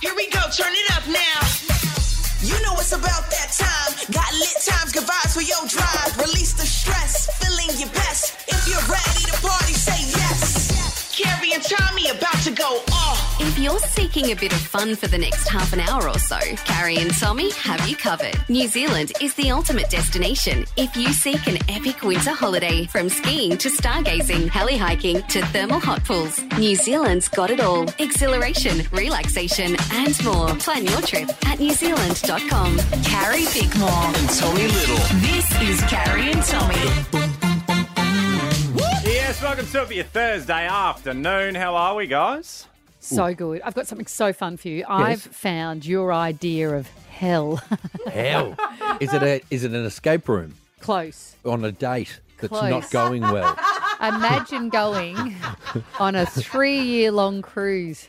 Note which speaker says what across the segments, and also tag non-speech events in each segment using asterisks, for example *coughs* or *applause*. Speaker 1: Here we go, turn it up now. You know it's about that time. Got lit times, good vibes for your drive. Release the stress, feeling your best. If you're ready to party, say yes. Carrie and Tommy about to go off.
Speaker 2: If you're seeking a bit of fun for the next half an hour or so, Carrie and Tommy have you covered. New Zealand is the ultimate destination if you seek an epic winter holiday from skiing to stargazing, heli hiking to thermal hot pools. New Zealand's got it all exhilaration, relaxation, and more. Plan your trip at newzealand.com.
Speaker 3: Carrie Bickmore.
Speaker 4: and Tommy Little.
Speaker 3: This is Carrie and Tommy.
Speaker 5: Yes, welcome to it for your Thursday afternoon. How are we, guys?
Speaker 6: So good. I've got something so fun for you. I've found your idea of hell
Speaker 7: *laughs* Hell. is it a is it an escape room
Speaker 6: close.
Speaker 7: on a date that's
Speaker 6: Close.
Speaker 7: not going well?
Speaker 6: Imagine going on a three year long cruise.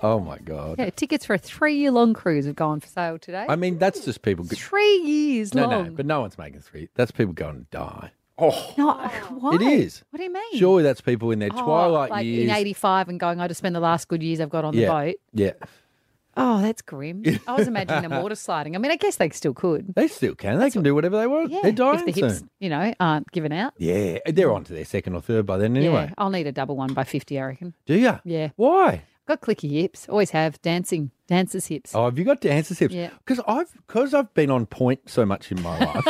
Speaker 7: Oh my god.
Speaker 6: Yeah, tickets for a three year long cruise have gone for sale today.
Speaker 7: I mean, that's just people. Go-
Speaker 6: three years
Speaker 7: no,
Speaker 6: long.
Speaker 7: no, but no one's making three. That's people going to die. Oh.
Speaker 6: No, why?
Speaker 7: It is.
Speaker 6: What do you mean?
Speaker 7: Surely that's people in their
Speaker 6: Oh,
Speaker 7: twilight
Speaker 6: like
Speaker 7: years.
Speaker 6: in 85 and going, I just spent the last good years I've got on
Speaker 7: yeah,
Speaker 6: the boat.
Speaker 7: yeah.
Speaker 6: Oh, that's
Speaker 7: *laughs*
Speaker 6: grim. I was imagining them water sliding. I mean, I guess they still could.
Speaker 7: They still can. They can do whatever they want.
Speaker 6: Yeah,
Speaker 7: They're dying
Speaker 6: if the hips,
Speaker 7: soon.
Speaker 6: you know, aren't given out.
Speaker 7: Yeah, they're on to their second or third by then anyway.
Speaker 6: Yeah, I'll need a double one by 50, I reckon.
Speaker 7: Do you?
Speaker 6: Yeah.
Speaker 7: Why?
Speaker 6: Got clicky hips. Always have. Dancing. Dancer's hips.
Speaker 7: Oh, have you got dancers hips?
Speaker 6: Yeah.
Speaker 7: Because I've because I've been on point so much in my
Speaker 6: *laughs*
Speaker 7: life.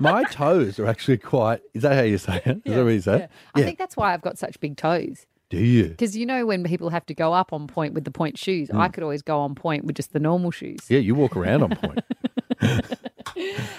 Speaker 7: my toes are actually quite. Is that how you say it? Is that what you say?
Speaker 6: Yeah. I think that's why I've got such big toes.
Speaker 7: Do you?
Speaker 6: Because you know when people have to go up on point with the point shoes,
Speaker 7: Mm.
Speaker 6: I could always go on point with just the normal shoes.
Speaker 7: Yeah, you walk around on point.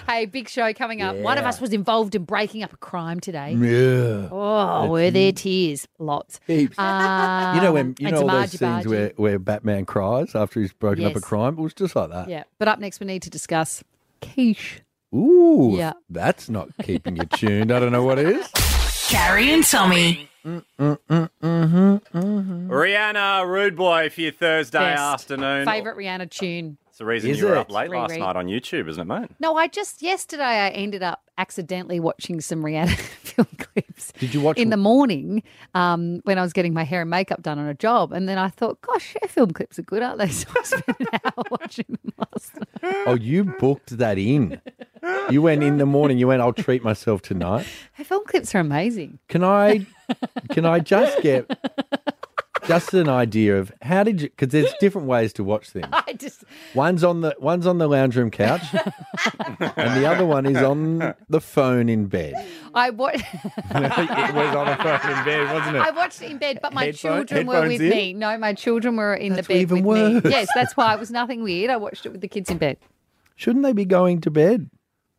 Speaker 6: Hey, big show coming up. One of us was involved in breaking up a crime today.
Speaker 7: yeah.
Speaker 6: Oh, were there tears? Lots.
Speaker 7: Heaps.
Speaker 6: Um,
Speaker 7: *laughs* you know when you
Speaker 6: and
Speaker 7: know all those
Speaker 6: Tamaji
Speaker 7: scenes
Speaker 6: Baji.
Speaker 7: where, where Batman cries after he's broken up a
Speaker 6: Yes.
Speaker 7: crime? It was just like that.
Speaker 6: Yeah. But up next, we need to discuss quiche.
Speaker 7: Ooh,
Speaker 6: Yeah.
Speaker 7: that's not
Speaker 6: *laughs*
Speaker 7: keeping you tuned. I don't know what is.
Speaker 3: Carrie and Tommy.
Speaker 5: Rihanna, rude boy for your Thursday
Speaker 6: Best.
Speaker 5: afternoon.
Speaker 6: Favorite Rihanna tune.
Speaker 5: It's the reason
Speaker 7: Is
Speaker 5: you were
Speaker 7: it?
Speaker 5: up late last
Speaker 6: Riri.
Speaker 5: night on YouTube, isn't it, mate?
Speaker 6: No, I just yesterday I ended up accidentally watching some Rihanna *laughs* film clips.
Speaker 7: Did you watch-
Speaker 6: in the morning um, when I was getting my hair and makeup done on a job? And then I thought, gosh, her film clips are good, aren't they? *laughs* So I
Speaker 7: *laughs*
Speaker 6: spent an hour watching them last night.
Speaker 7: Oh, you booked that in. You went in the morning. You went. I'll treat myself tonight.
Speaker 6: Her film clips are amazing.
Speaker 7: Can I? Can I just get just an idea of how did you? Because there's different ways to watch things.
Speaker 6: *laughs* I just
Speaker 7: One's on the one's on the lounge room couch, and the other one is on the phone in bed.
Speaker 6: I wa-
Speaker 7: it was on a phone in bed,
Speaker 6: *laughs*
Speaker 7: wasn't
Speaker 6: I watched it in bed, but my
Speaker 7: Headphone-
Speaker 6: children were
Speaker 7: headphones
Speaker 6: with
Speaker 7: in?
Speaker 6: me. No, my children were in
Speaker 7: That's
Speaker 6: the bed
Speaker 7: even
Speaker 6: with
Speaker 7: worse.
Speaker 6: me. Yes, that's why it
Speaker 7: *laughs*
Speaker 6: was nothing weird. I watched it with the kids in bed.
Speaker 7: Shouldn't they be going to bed?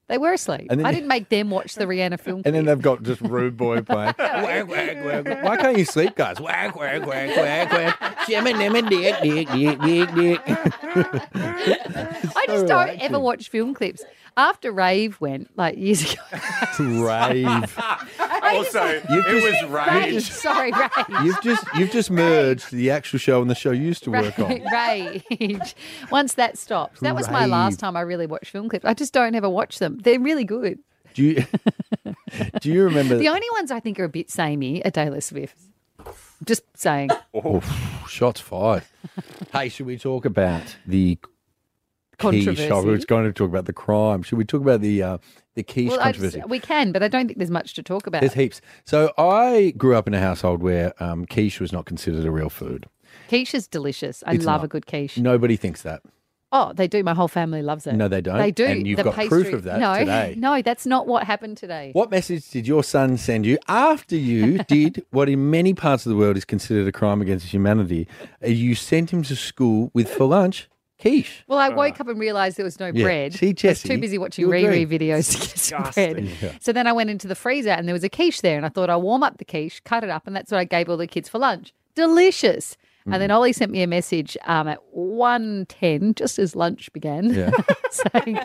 Speaker 6: They were asleep.
Speaker 7: And then-
Speaker 6: I didn't make them watch the Rihanna
Speaker 7: *laughs*
Speaker 6: film.
Speaker 7: And
Speaker 6: clip.
Speaker 7: then they've got just rude boy playing. Wag, wag, wag, wag. Why can't you sleep, guys? Wag, wag, wag, wag, wag. Jimmy, nimmy, dick, dick, dick, dick, dick.
Speaker 6: I
Speaker 7: so
Speaker 6: just don't ever
Speaker 7: relaxing.
Speaker 6: watch film clips. After Rave went, like years *laughs* ago.
Speaker 7: Rave.
Speaker 5: *laughs* also,
Speaker 7: You've
Speaker 5: it
Speaker 7: just-
Speaker 5: was
Speaker 6: Rave,
Speaker 7: *laughs*
Speaker 5: rage.
Speaker 6: sorry, Rave.
Speaker 7: You've just you've just merged the actual show and the show you used to work on.
Speaker 6: Rage. *laughs* Once that stopped, that was my
Speaker 7: Rave.
Speaker 6: last time I really watched film clips. I just don't ever watch them. They're really good.
Speaker 7: Do you *laughs* do you remember?
Speaker 6: The only ones I think are a bit samey are Taylor Swift. Just
Speaker 7: *laughs*
Speaker 6: saying.
Speaker 7: Oh,
Speaker 6: *laughs*
Speaker 7: Shots fired. hey, should we talk about the key?
Speaker 6: Controversy.
Speaker 7: Shall we? We're going to talk about the crime. Should we talk about the uh, the key
Speaker 6: Well, I
Speaker 7: controversy?
Speaker 6: just, we can, but I don't think there's much to talk about.
Speaker 7: There's heaps. So I grew up in a household where um, quiche was not considered a real food.
Speaker 6: Quiche is delicious. I
Speaker 7: It's
Speaker 6: love
Speaker 7: not.
Speaker 6: a good quiche.
Speaker 7: Nobody thinks that.
Speaker 6: Oh, they do. My whole family loves it.
Speaker 7: No, they don't.
Speaker 6: They do.
Speaker 7: And you've
Speaker 6: the
Speaker 7: got proof
Speaker 6: pastry.
Speaker 7: of
Speaker 6: *laughs*
Speaker 7: that
Speaker 6: no,
Speaker 7: today.
Speaker 6: No, that's not what happened today.
Speaker 7: What message did your son send you after you
Speaker 6: *laughs*
Speaker 7: did what in many parts of the world is considered a crime against humanity? Uh, You sent him to school with for lunch quiche.
Speaker 6: Well, I woke up and realised there was no
Speaker 7: Yeah.
Speaker 6: bread.
Speaker 7: See,
Speaker 6: I was
Speaker 7: Jessie,
Speaker 6: too busy watching
Speaker 7: you
Speaker 6: Riri
Speaker 7: agree.
Speaker 6: videos to get some bread. *laughs*
Speaker 7: *laughs*
Speaker 6: So then I went into the freezer and there was a quiche there, and I thought I'll warm up the quiche, cut it up, and that's what I gave all the kids for lunch. Delicious. And
Speaker 7: Mm.
Speaker 6: then Ollie sent me a message um, at 1.10, just as lunch began,
Speaker 7: Yeah.
Speaker 6: *laughs* saying,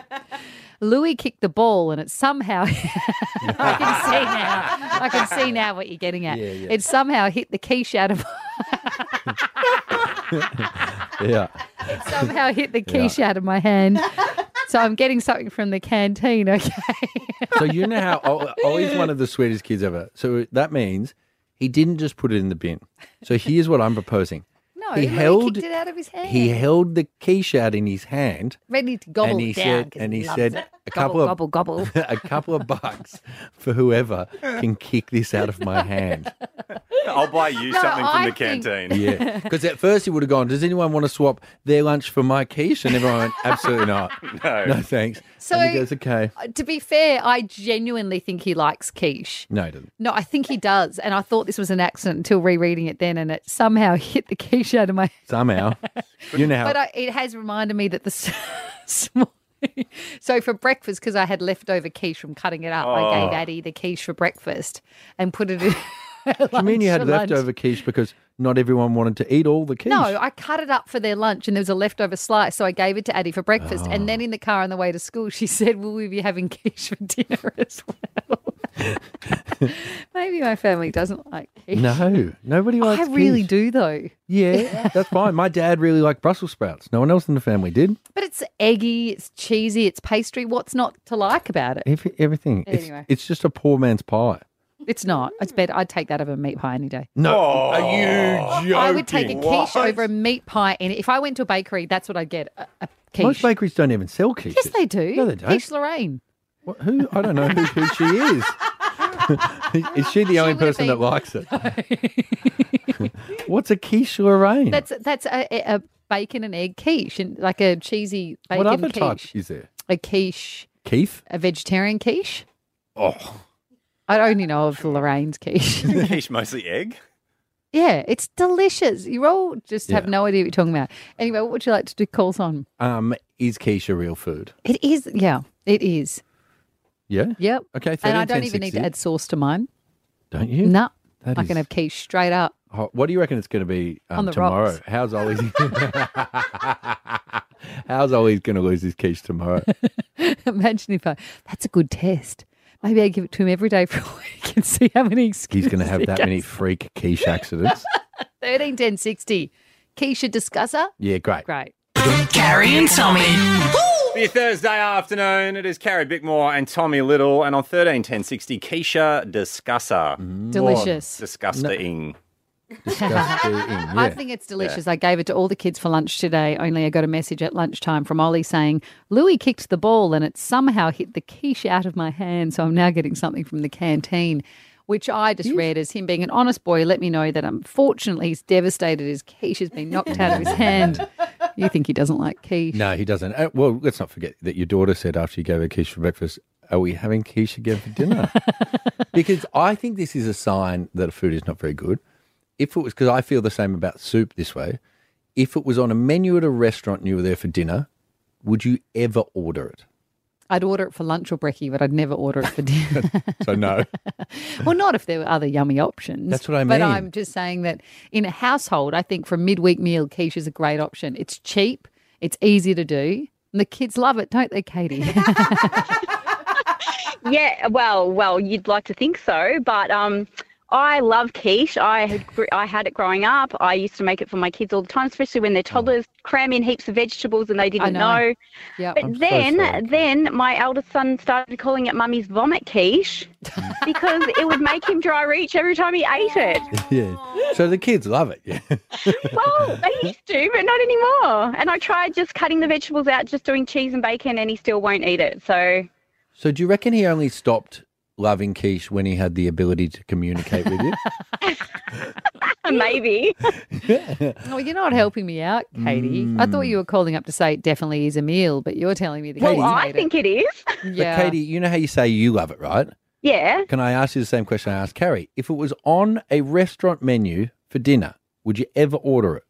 Speaker 6: Louis kicked the ball and it somehow, *laughs* I can see now, I can see now what you're getting at.
Speaker 7: Yeah, yeah.
Speaker 6: It somehow hit the quiche out of, *laughs*
Speaker 7: yeah.
Speaker 6: it somehow hit the quiche out of my hand. So I'm getting something from the canteen, okay? *laughs*
Speaker 7: So you know how Ol- Ollie's one of the sweetest kids ever. So that means he didn't just put it in the bin. So here's what I'm proposing.
Speaker 6: No,
Speaker 7: he
Speaker 6: he
Speaker 7: held
Speaker 6: kicked it out of his hand.
Speaker 7: He held the quiche out in his hand,
Speaker 6: ready to gobble
Speaker 7: and he
Speaker 6: down.
Speaker 7: said,
Speaker 6: 'cause
Speaker 7: and he
Speaker 6: loves
Speaker 7: said,
Speaker 6: it.
Speaker 7: a couple
Speaker 6: gobble,
Speaker 7: of
Speaker 6: gobble, gobble.
Speaker 7: *laughs* a couple of bucks for whoever can kick this out of my hand.
Speaker 5: I'll buy you
Speaker 6: No,
Speaker 5: something from
Speaker 6: I
Speaker 5: the
Speaker 6: think- *laughs*
Speaker 5: canteen.
Speaker 7: Yeah, because at first he would have gone, "Does anyone want to swap their lunch for my quiche?" And everyone went, "Absolutely not.
Speaker 5: No.
Speaker 7: no thanks."
Speaker 6: So-
Speaker 7: and he goes, "Okay,
Speaker 6: Uh, to be fair, I genuinely think he likes quiche.
Speaker 7: no, he doesn't."
Speaker 6: No, I think he does. And I thought this was an accident until rereading it then, and it somehow *laughs* hit the quiche out of my
Speaker 7: Somehow, you know, how-
Speaker 6: But I, it has reminded me that the s- *laughs* small. So for breakfast, because I had leftover quiche from cutting it up, I
Speaker 7: Oh.
Speaker 6: gave Addie the quiche for breakfast and put it in. *laughs*
Speaker 7: I mean, you
Speaker 6: lunch
Speaker 7: had
Speaker 6: for lunch.
Speaker 7: leftover quiche because not everyone wanted to eat all the quiche.
Speaker 6: No, I cut it up for their lunch, and there was a leftover slice, so I gave it to Addie for breakfast. And
Speaker 7: Oh.
Speaker 6: then in the car on the way to school, she *laughs* said, "Will we be having quiche for dinner as well?" *laughs* Maybe my family doesn't like quiche. *laughs*
Speaker 7: no, nobody likes.
Speaker 6: I really
Speaker 7: quiche.
Speaker 6: do though.
Speaker 7: Yeah, that's fine. My dad really liked Brussels sprouts. No one else in the family did.
Speaker 6: But it's eggy, it's cheesy, it's pastry. What's not to like about it?
Speaker 7: Every, everything.
Speaker 6: Anyway.
Speaker 7: It's, it's just a poor man's pie.
Speaker 6: It's not. It's better. I'd take that over a meat pie any day.
Speaker 7: No, are you joking?
Speaker 6: I would take a quiche
Speaker 5: What?
Speaker 6: over a meat pie. And if I went to a bakery, that's what I'd get. A, a quiche.
Speaker 7: Most bakeries don't even sell quiches.
Speaker 6: yes, they do.
Speaker 7: No, they don't.
Speaker 6: Quiche Lorraine.
Speaker 7: What, who? I don't know who, who she
Speaker 6: *laughs*
Speaker 7: is. is she the only
Speaker 6: would've
Speaker 7: person that
Speaker 6: been-
Speaker 7: likes it?
Speaker 6: *laughs*
Speaker 7: What's a quiche Lorraine?
Speaker 6: That's that's a, a, a bacon and egg quiche and like a cheesy bacon
Speaker 7: what other
Speaker 6: quiche.
Speaker 7: type is there?
Speaker 6: A quiche,
Speaker 7: Keith?
Speaker 6: a vegetarian quiche.
Speaker 7: *laughs* Oh,
Speaker 6: I only know of Lorraine's quiche. *laughs*
Speaker 5: Quiche mostly egg.
Speaker 6: yeah, it's delicious. You all just have
Speaker 7: Yeah.
Speaker 6: no idea what you're talking about. Anyway, what would you like to do calls on?
Speaker 7: um, is quiche a real food?
Speaker 6: It is, yeah, it is.
Speaker 7: Yeah.
Speaker 6: Yep.
Speaker 7: Okay,
Speaker 6: And I
Speaker 7: 13,
Speaker 6: don't even need to
Speaker 7: 60.
Speaker 6: add sauce to mine.
Speaker 7: Don't you?
Speaker 6: No,
Speaker 7: That
Speaker 6: I
Speaker 7: is-
Speaker 6: can have quiche straight up. *laughs*
Speaker 7: Oh, What do you reckon it's going to be um,
Speaker 6: On the
Speaker 7: tomorrow?
Speaker 6: rocks.
Speaker 7: How's Ollie's? *laughs* How's Ollie's going to lose his quiche tomorrow?
Speaker 6: Imagine if I, that's a good test. Maybe I give it to him every day for a week and see how many excuses. *laughs*
Speaker 7: He's going to have
Speaker 6: he
Speaker 7: that many freak quiche accidents.
Speaker 6: gets. 13, 10, 60. Keisha Discusser.
Speaker 7: Yeah, great.
Speaker 6: Great.
Speaker 3: Carrie and Tommy.
Speaker 5: For your Thursday afternoon, it is Carrie Bickmore and Tommy Little, and on 131060, Keisha Discusser.
Speaker 7: Mm.
Speaker 6: Delicious.
Speaker 5: Disgusting.
Speaker 7: That's the in,
Speaker 6: *laughs* I
Speaker 7: yeah.
Speaker 6: think it's delicious. I gave it to all the kids for lunch today, only I got a message at lunchtime from Ollie saying, Louis kicked the ball and it somehow hit the quiche out of my hand, so I'm now getting something from the canteen, which I just read as him being an honest boy. Let me know that unfortunately he's devastated. His quiche has been knocked out of his
Speaker 7: *laughs*
Speaker 6: hand. You think he *laughs* doesn't like quiche?
Speaker 7: No, he doesn't. Uh, well, let's not forget that your daughter said after you gave her quiche for breakfast, "Are we having quiche again
Speaker 6: *laughs*
Speaker 7: for dinner?" because I think this is a sign that a food is not very good. If it was, because I feel the same about soup this way. If it was on a menu at a restaurant and you were there for dinner, would you ever order it?
Speaker 6: I'd order it for lunch or brekkie, but I'd never order it for
Speaker 7: *laughs*
Speaker 6: dinner. *laughs*
Speaker 7: So no.
Speaker 6: well, not if there were other yummy options.
Speaker 7: That's what I
Speaker 6: But
Speaker 7: mean.
Speaker 6: I'm just saying that in a household, I think for a midweek meal, quiche is a great option. It's cheap, it's easy to do, and the kids love it, don't they,
Speaker 4: *laughs*
Speaker 6: Katie? *laughs*
Speaker 4: Yeah, well, well, you'd like to think so, but um, I love quiche. I had, gr- I had it growing up. I used to make it for my kids all the time, especially when they're toddlers. Cram in heaps of vegetables and they didn't
Speaker 6: know.
Speaker 4: know.
Speaker 6: yeah.
Speaker 4: But
Speaker 7: I'm so
Speaker 4: then,
Speaker 7: sorry.
Speaker 4: then my eldest son started calling it "Mummy's vomit
Speaker 7: *laughs*
Speaker 4: quiche" because it would make him dry reach every time he ate it.
Speaker 7: yeah. So the kids love it. Yeah.
Speaker 4: Well, they used to, but not anymore. And I tried just cutting the vegetables out, just doing cheese and bacon, and he still won't eat it. So
Speaker 7: So do you reckon he only stopped loving quiche when he had the ability to communicate with you?
Speaker 4: *laughs*
Speaker 7: *laughs*
Speaker 4: maybe.
Speaker 6: Well, you're not helping me out, *laughs* Katie. I
Speaker 7: Hmm.
Speaker 6: thought you were calling up to say it definitely is a meal, but you're telling me the
Speaker 4: well,
Speaker 6: kids
Speaker 4: I
Speaker 6: hate
Speaker 4: think it is.
Speaker 6: it.
Speaker 7: But Katie, you know how you say you love it, right?
Speaker 4: Yeah.
Speaker 7: Can I ask you the same question I asked Carrie? If it was on a restaurant menu for dinner, would you ever order it?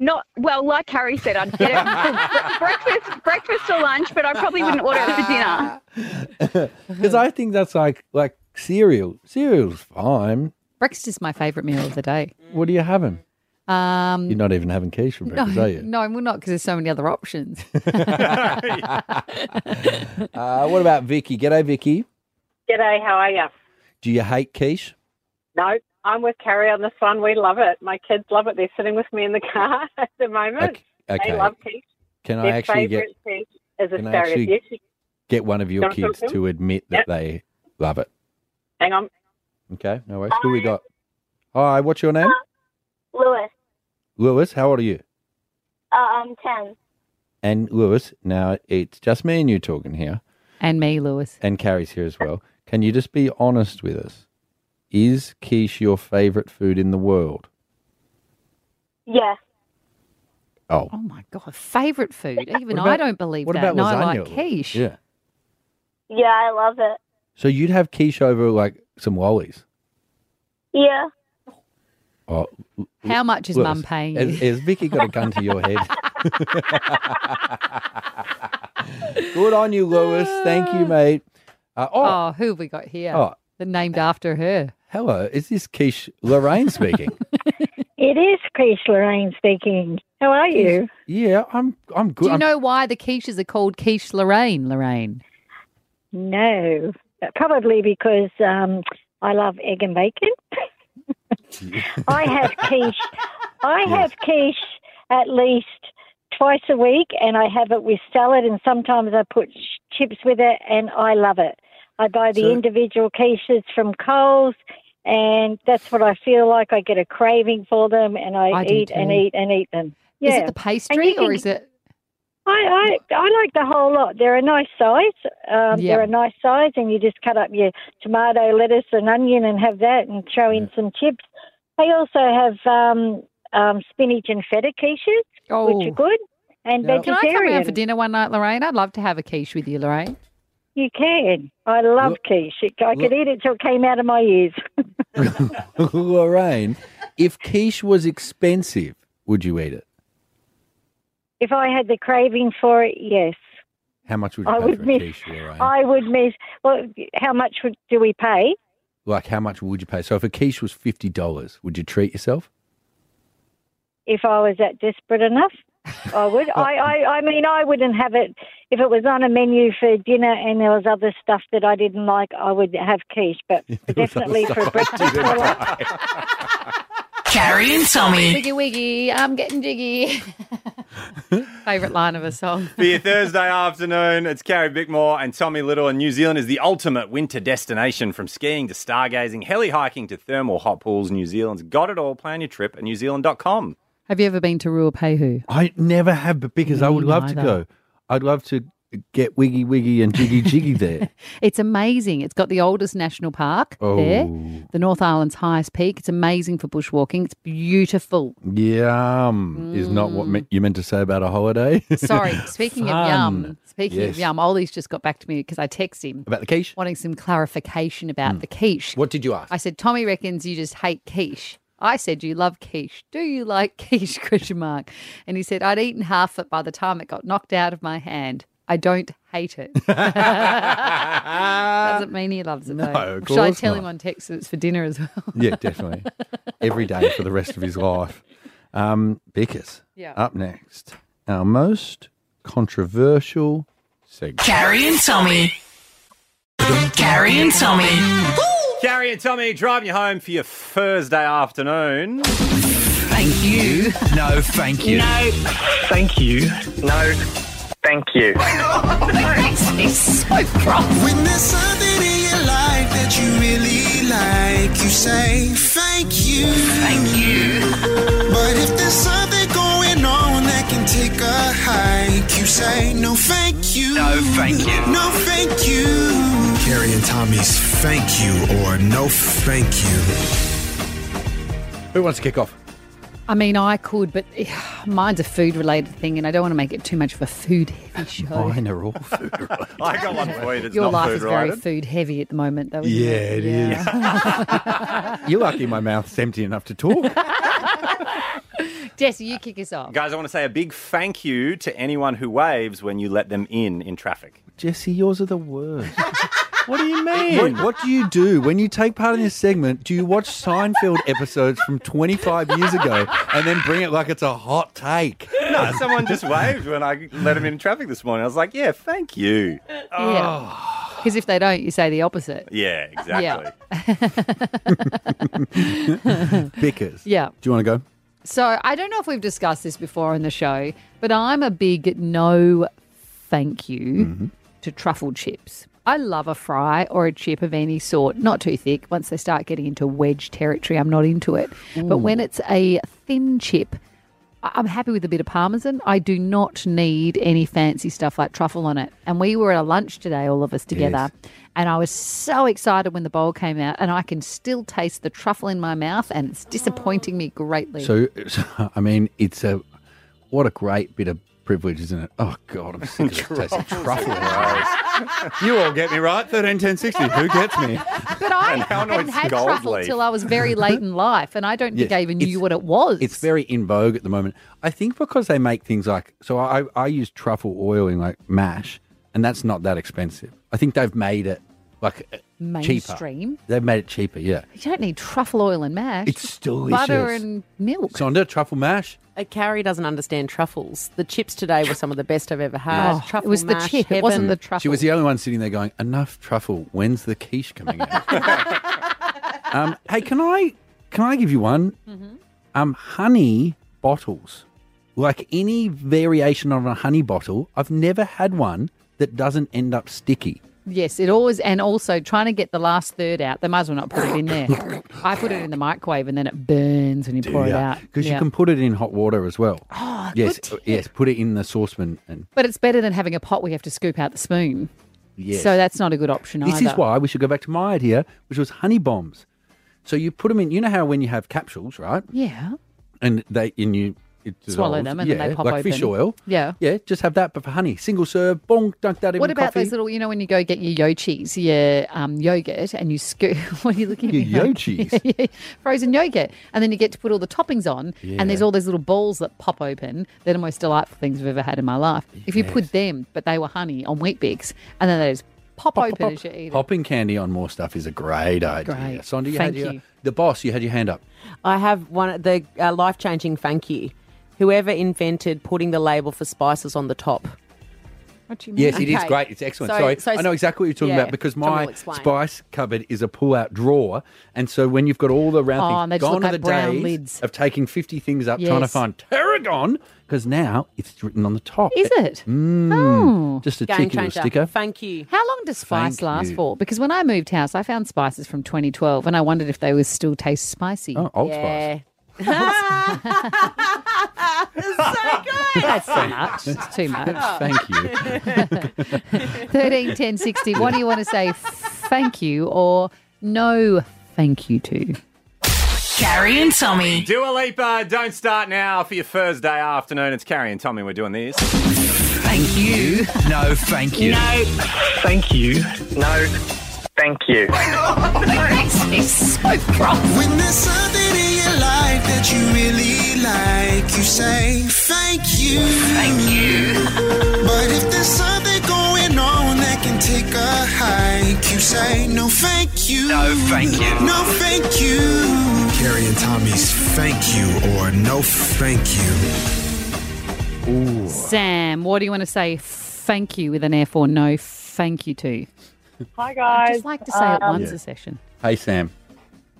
Speaker 4: Not well, like Carrie said, I'd get it *laughs* for bre- breakfast, breakfast or lunch, but I probably wouldn't order it for dinner.
Speaker 6: Uh-huh.
Speaker 7: Because I think that's like like cereal. Cereal's fine.
Speaker 6: Breakfast is my favourite meal of the day.
Speaker 7: What are you having?
Speaker 6: Um,
Speaker 7: You're not even having quiche for breakfast, are
Speaker 6: *laughs*
Speaker 7: you?
Speaker 6: no, we're not because there's so many other
Speaker 7: *laughs*
Speaker 6: options. *laughs*
Speaker 7: Uh, what about Vicky? G'day, Vicky.
Speaker 8: G'day, how are you?
Speaker 7: Do you hate quiche?
Speaker 8: No, I'm with Carrie on this one. We love it. My kids love it. They're sitting with
Speaker 2: *laughs*
Speaker 8: me in the car at the moment.
Speaker 7: Okay. okay.
Speaker 8: They love quiche.
Speaker 7: Can I
Speaker 8: Their
Speaker 7: actually get
Speaker 8: favourite quiche is
Speaker 7: can I
Speaker 8: asparagus.
Speaker 7: actually-
Speaker 8: Yes, you-
Speaker 7: get one of your
Speaker 8: Don't talk
Speaker 7: kids
Speaker 8: to him.
Speaker 7: to admit that
Speaker 8: Yep.
Speaker 7: they love it?
Speaker 8: Hang on.
Speaker 7: Okay, no worries. Who we got? Hi, what's your name?
Speaker 9: Lewis.
Speaker 7: Lewis, how old are you?
Speaker 9: Um, 10.
Speaker 7: And Lewis, now it's just me and you talking here.
Speaker 6: And me, Lewis.
Speaker 7: And Carrie's here as well. Can you just be honest with us? Is quiche your favourite food in the world?
Speaker 9: Yeah.
Speaker 7: Oh.
Speaker 6: Oh my god, favorite food. Even
Speaker 7: What about-
Speaker 6: I don't believe
Speaker 7: what
Speaker 6: that.
Speaker 7: about
Speaker 6: and
Speaker 7: lasagna?
Speaker 6: I like quiche.
Speaker 7: Yeah.
Speaker 9: Yeah, I love it.
Speaker 7: So you'd have quiche over like some lollies.
Speaker 9: Yeah.
Speaker 7: Oh,
Speaker 6: How much is
Speaker 7: Lewis,
Speaker 6: mum paying you?
Speaker 7: Has, has Vicky got a gun to your head? *laughs* Good on you, Lewis. Thank
Speaker 6: *laughs*
Speaker 7: you, mate. Uh, oh,
Speaker 6: oh, who have we got here?
Speaker 7: Oh.
Speaker 6: The named after her.
Speaker 7: hello. Is this Quiche Lorraine speaking?
Speaker 10: It is Chris Lorraine speaking. How are you?
Speaker 7: yeah, I'm. I'm good.
Speaker 6: Do you
Speaker 7: I'm-
Speaker 6: know why the quiches are called quiche Lorraine, Lorraine?
Speaker 10: No, probably because um, I love egg and bacon. *laughs* I have quiche. I have quiche at least twice a week, and I have it with salad, and sometimes I put sh- chips with it, and I love it. I buy the
Speaker 7: So-
Speaker 10: individual quiches from Coles, and that's what I feel like. I get a craving for them, and I,
Speaker 6: I do
Speaker 10: eat and
Speaker 6: too.
Speaker 10: eat and eat them. Yeah.
Speaker 6: Is it the pastry
Speaker 10: can-
Speaker 6: or is it
Speaker 10: I, I I like the whole lot. They're a nice size. Um,
Speaker 6: Yeah.
Speaker 10: They're a nice size, and you just cut up your tomato, lettuce, and onion, and have that, and throw in some chips. They also have um, um, spinach and feta quiches,
Speaker 6: Oh
Speaker 10: which are good, and
Speaker 7: Yep.
Speaker 6: Can I come
Speaker 10: vegetarian.
Speaker 6: round for dinner one night, Lorraine? I'd love to have a quiche with you, Lorraine.
Speaker 10: you can. I love
Speaker 7: Look-
Speaker 10: quiche. It- I
Speaker 7: look-
Speaker 10: could eat it till it came out of my ears.
Speaker 7: *laughs* Lorraine, if quiche was expensive, would you eat it?
Speaker 10: If I had the craving for it, yes,
Speaker 7: How much would you
Speaker 10: I
Speaker 7: pay
Speaker 10: would
Speaker 7: for a
Speaker 10: miss-
Speaker 7: quiche, Lorraine?
Speaker 10: I would miss. Well, how much would, do we pay?
Speaker 7: Like, how much would you pay? So, if a quiche was fifty dollars, would you treat yourself?
Speaker 10: if I was that desperate enough. I *laughs* would. I, I, I mean, I wouldn't have it if it was on a menu for dinner and there was other stuff that I didn't like. I would have quiche, *laughs* but definitely for breakfast. I like-
Speaker 5: *laughs*
Speaker 3: Carrie and Tommy.
Speaker 6: Wiggy wiggy, I'm getting
Speaker 7: *laughs*
Speaker 6: jiggy. Favorite line of a
Speaker 5: *laughs*
Speaker 6: song.
Speaker 5: For your Thursday afternoon, it's Carrie Bickmore and Tommy Little, and New Zealand is the ultimate winter destination from skiing to stargazing, heli hiking to thermal hot pools. New Zealand's got it all. Plan your trip at newzealand.com.
Speaker 6: Have you ever been to Ruapehu?
Speaker 7: I never have, but because I
Speaker 6: Me
Speaker 7: would love to
Speaker 6: neither.
Speaker 7: go. I'd love to get wiggy wiggy and jiggy jiggy *laughs* there.
Speaker 6: It's amazing. It's got the oldest national park there,
Speaker 7: Oh.
Speaker 6: the North Island's highest peak. It's amazing for bushwalking. It's beautiful.
Speaker 7: Yum is not what me- you meant to say about a holiday. *laughs*
Speaker 6: Sorry, speaking of
Speaker 7: Fun.
Speaker 6: yum, speaking
Speaker 7: Yes.
Speaker 6: of yum, Ollie's just got back to me because I text him
Speaker 7: about the quiche. Hmm.
Speaker 6: wanting some clarification about the quiche.
Speaker 7: What did you *laughs* ask?
Speaker 6: I said, Tommy reckons you just hate quiche. I said, you love quiche. Do you like *laughs* quiche? Question mark. And he said, I'd eaten half it by the time it got knocked out of my hand. I don't hate
Speaker 7: *laughs*
Speaker 6: it. Doesn't mean he loves it
Speaker 7: No,
Speaker 6: though.
Speaker 7: of
Speaker 6: Should I
Speaker 7: course
Speaker 6: tell
Speaker 7: not.
Speaker 6: him on text that it's for dinner as well?
Speaker 7: yeah, definitely. Every day for the rest of his life. Um, Bickers.
Speaker 6: Yeah.
Speaker 7: Up next, our most controversial segment.
Speaker 3: Carrie and Tommy. Carrie and Tommy.
Speaker 5: Carrie and Tommy driving you home for your Thursday afternoon.
Speaker 3: Thank you.
Speaker 11: No, thank you. No, thank you. No, thank you.
Speaker 1: When there's something in your life that you really like, you say thank you. Thank you. But if there's something going on that can take a hike, you say no thank you.
Speaker 11: No, thank you.
Speaker 1: No thank you. Carrie and Tommy's thank you or no thank you.
Speaker 7: Who wants to kick off?
Speaker 6: I mean, I could, but eh, mine's a food related thing and I don't want to make it too much of a food
Speaker 7: *laughs*
Speaker 6: heavy show.
Speaker 7: Mine
Speaker 6: *laughs*
Speaker 7: are all food related.
Speaker 5: I got one for you that's
Speaker 6: Your
Speaker 5: not
Speaker 6: life
Speaker 5: food
Speaker 6: is very
Speaker 5: related.
Speaker 6: food heavy at the moment, though.
Speaker 7: Yeah, it is. You're lucky my mouth's empty enough to talk.
Speaker 6: *laughs* Jesse, you kick us off.
Speaker 5: *laughs* Guys, I want to say a big thank you to anyone who waves when you let them in in traffic.
Speaker 7: Jesse, yours are the worst.
Speaker 5: What do you
Speaker 7: What, what do you do when you take part in this segment? Do you watch Seinfeld episodes from 25 years ago and then bring it like it's a hot take?
Speaker 5: no, someone just waved when I let them in traffic this morning. I was like, yeah, thank you.
Speaker 7: Oh.
Speaker 6: Yeah. Because if they don't, you say the opposite.
Speaker 5: Yeah, exactly.
Speaker 7: *laughs*
Speaker 6: *laughs*
Speaker 7: Bickers.
Speaker 6: Yeah.
Speaker 7: Do you want to go?
Speaker 6: So I don't know if we've discussed this before on the show, but I'm a big no thank you to truffle chips. I love a fry or a chip of any sort, not too thick. Once they start getting into wedge territory, I'm not into it. But when it's a thin chip, I- I'm happy with a bit of parmesan. I do not need any fancy stuff like truffle on it. And we were at a lunch today, all of us together, and I was so excited when the bowl came out, and I can still taste the truffle in my mouth, and it's disappointing me greatly.
Speaker 7: So, so, I mean, it's a what a great bit of privilege, isn't it? Oh God, I'm sick
Speaker 5: *laughs*
Speaker 7: of the taste of truffle. you all get me right. Thirteen ten sixty. Who gets me?
Speaker 6: But I
Speaker 7: And how
Speaker 6: hadn't
Speaker 7: nice
Speaker 6: had
Speaker 7: gold
Speaker 6: truffle
Speaker 7: leaf.
Speaker 6: till I was very late in life, and I don't think I
Speaker 7: Yes,
Speaker 6: even
Speaker 7: it's-
Speaker 6: knew what it was.
Speaker 7: It's very in vogue at the moment. I think because they make things like so. I I use truffle oil in like mash, and that's not that expensive. I think they've made it like uh,
Speaker 6: Mainstream.
Speaker 7: Cheaper. They've made it cheaper. Yeah,
Speaker 6: You don't need truffle oil and mash.
Speaker 7: It's still
Speaker 6: butter
Speaker 7: delicious.
Speaker 6: and milk.
Speaker 7: Sonda truffle mash.
Speaker 12: Uh, Carrie doesn't understand truffles. The chips today were some of the best I've ever had.
Speaker 6: Oh, it
Speaker 12: Truffle
Speaker 6: was the
Speaker 12: mash,
Speaker 6: chip, it wasn't
Speaker 12: heaven.
Speaker 6: the
Speaker 7: She was the only one sitting there going, "Enough truffle. When's the quiche coming out?"
Speaker 6: *laughs*
Speaker 7: um, hey, can I can I give you one?
Speaker 5: Mm-hmm.
Speaker 7: Um, honey bottles, like any variation on a honey bottle. I've never had one that doesn't end up sticky.
Speaker 6: Yes, it always and also trying to get the last third out. They might as well not put it in there. I put it in the microwave and then it burns when you pour it out.
Speaker 7: because
Speaker 6: Yeah.
Speaker 7: you can put it in hot water as well.
Speaker 6: Oh,
Speaker 7: yes,
Speaker 6: good
Speaker 7: uh, yes. Put it in the saucepan, and
Speaker 6: But it's better than having a pot where you have to scoop out the spoon.
Speaker 7: Yes.
Speaker 6: So that's not a good option
Speaker 7: this
Speaker 6: either.
Speaker 7: is why we should go back to my idea, which was honey bombs. So you put them in. You know how when you have capsules, right?
Speaker 6: Yeah.
Speaker 7: and they and you it
Speaker 6: Swallow
Speaker 7: dissolves.
Speaker 6: them and
Speaker 7: yeah,
Speaker 6: then they pop
Speaker 7: like
Speaker 6: open.
Speaker 7: fish oil.
Speaker 6: Yeah.
Speaker 7: yeah, just have that, but for honey, single serve, bong, dunk that in.
Speaker 6: What
Speaker 7: with
Speaker 6: about
Speaker 7: coffee.
Speaker 6: those little, you know, when you go get your yochis, your um, yogurt, and you scoop? *laughs* What are you looking at? me
Speaker 7: Your
Speaker 6: *laughs* like?
Speaker 7: yochis?
Speaker 6: Yeah, yeah. Frozen yogurt, and then you get to put all the toppings on,
Speaker 7: Yeah.
Speaker 6: and there's all those little balls that pop open. They're the most delightful things I've ever had in my life. If you put them, but they were honey on wheat bix, and then they just pop, open as you eat. it.
Speaker 7: Popping candy on more stuff is a great idea.
Speaker 6: Great.
Speaker 7: Sonda, you
Speaker 6: Thank
Speaker 7: had your,
Speaker 6: you.
Speaker 7: the boss. You had your hand up.
Speaker 12: I have one the uh, life changing thank you. Whoever invented putting the label for spices on the top.
Speaker 6: What do you
Speaker 7: Yes, it is great. It's excellent. Sorry, I know exactly what you're talking
Speaker 12: yeah,
Speaker 7: about because
Speaker 12: Tom will
Speaker 7: my
Speaker 12: explain.
Speaker 7: spice cupboard is a pull-out drawer, and so when you've got all the round
Speaker 12: Oh,
Speaker 7: things,
Speaker 12: and they just
Speaker 7: gone
Speaker 12: look
Speaker 7: are the
Speaker 12: like brown
Speaker 7: days
Speaker 12: lids.
Speaker 7: of taking fifty things up trying to
Speaker 12: Yes.
Speaker 7: find tarragon because now it's written on the top.
Speaker 6: Is it?
Speaker 7: Mm,
Speaker 12: Hmm.
Speaker 6: Oh.
Speaker 7: just a
Speaker 6: Game
Speaker 7: cheeky little
Speaker 6: changer.
Speaker 7: sticker.
Speaker 12: Thank you.
Speaker 6: How long does spice
Speaker 7: Thank
Speaker 6: last
Speaker 7: you.
Speaker 6: for? Because when I moved house, I found spices from 2012, and I wondered if they would still taste spicy.
Speaker 7: Oh, Old Spice. Yeah.
Speaker 12: *laughs*
Speaker 6: That's too much. It's too much.
Speaker 7: Thank you.
Speaker 6: 13 10 60. What do you want to say? Thank you or no thank you to?
Speaker 5: Carrie and Tommy. Dua Lipa, don't start now for your Thursday afternoon. It's Carrie and Tommy. We're doing this.
Speaker 3: Thank you.
Speaker 7: No, thank
Speaker 3: you. No.
Speaker 11: Thank you. No, thank you.
Speaker 3: When there's something in your life that you really like, you say thank you. Thank you. But if there's something going on that can take a hike, you say no thank you. No thank you. No thank you. Carrie and Tommy's thank you or no thank you.
Speaker 7: Ooh.
Speaker 6: Sam, what do you want to say? Thank you with an F or no thank you to?
Speaker 8: Hi guys.
Speaker 6: I just like to say it
Speaker 8: Um,
Speaker 6: once a session.
Speaker 7: Hey, Sam.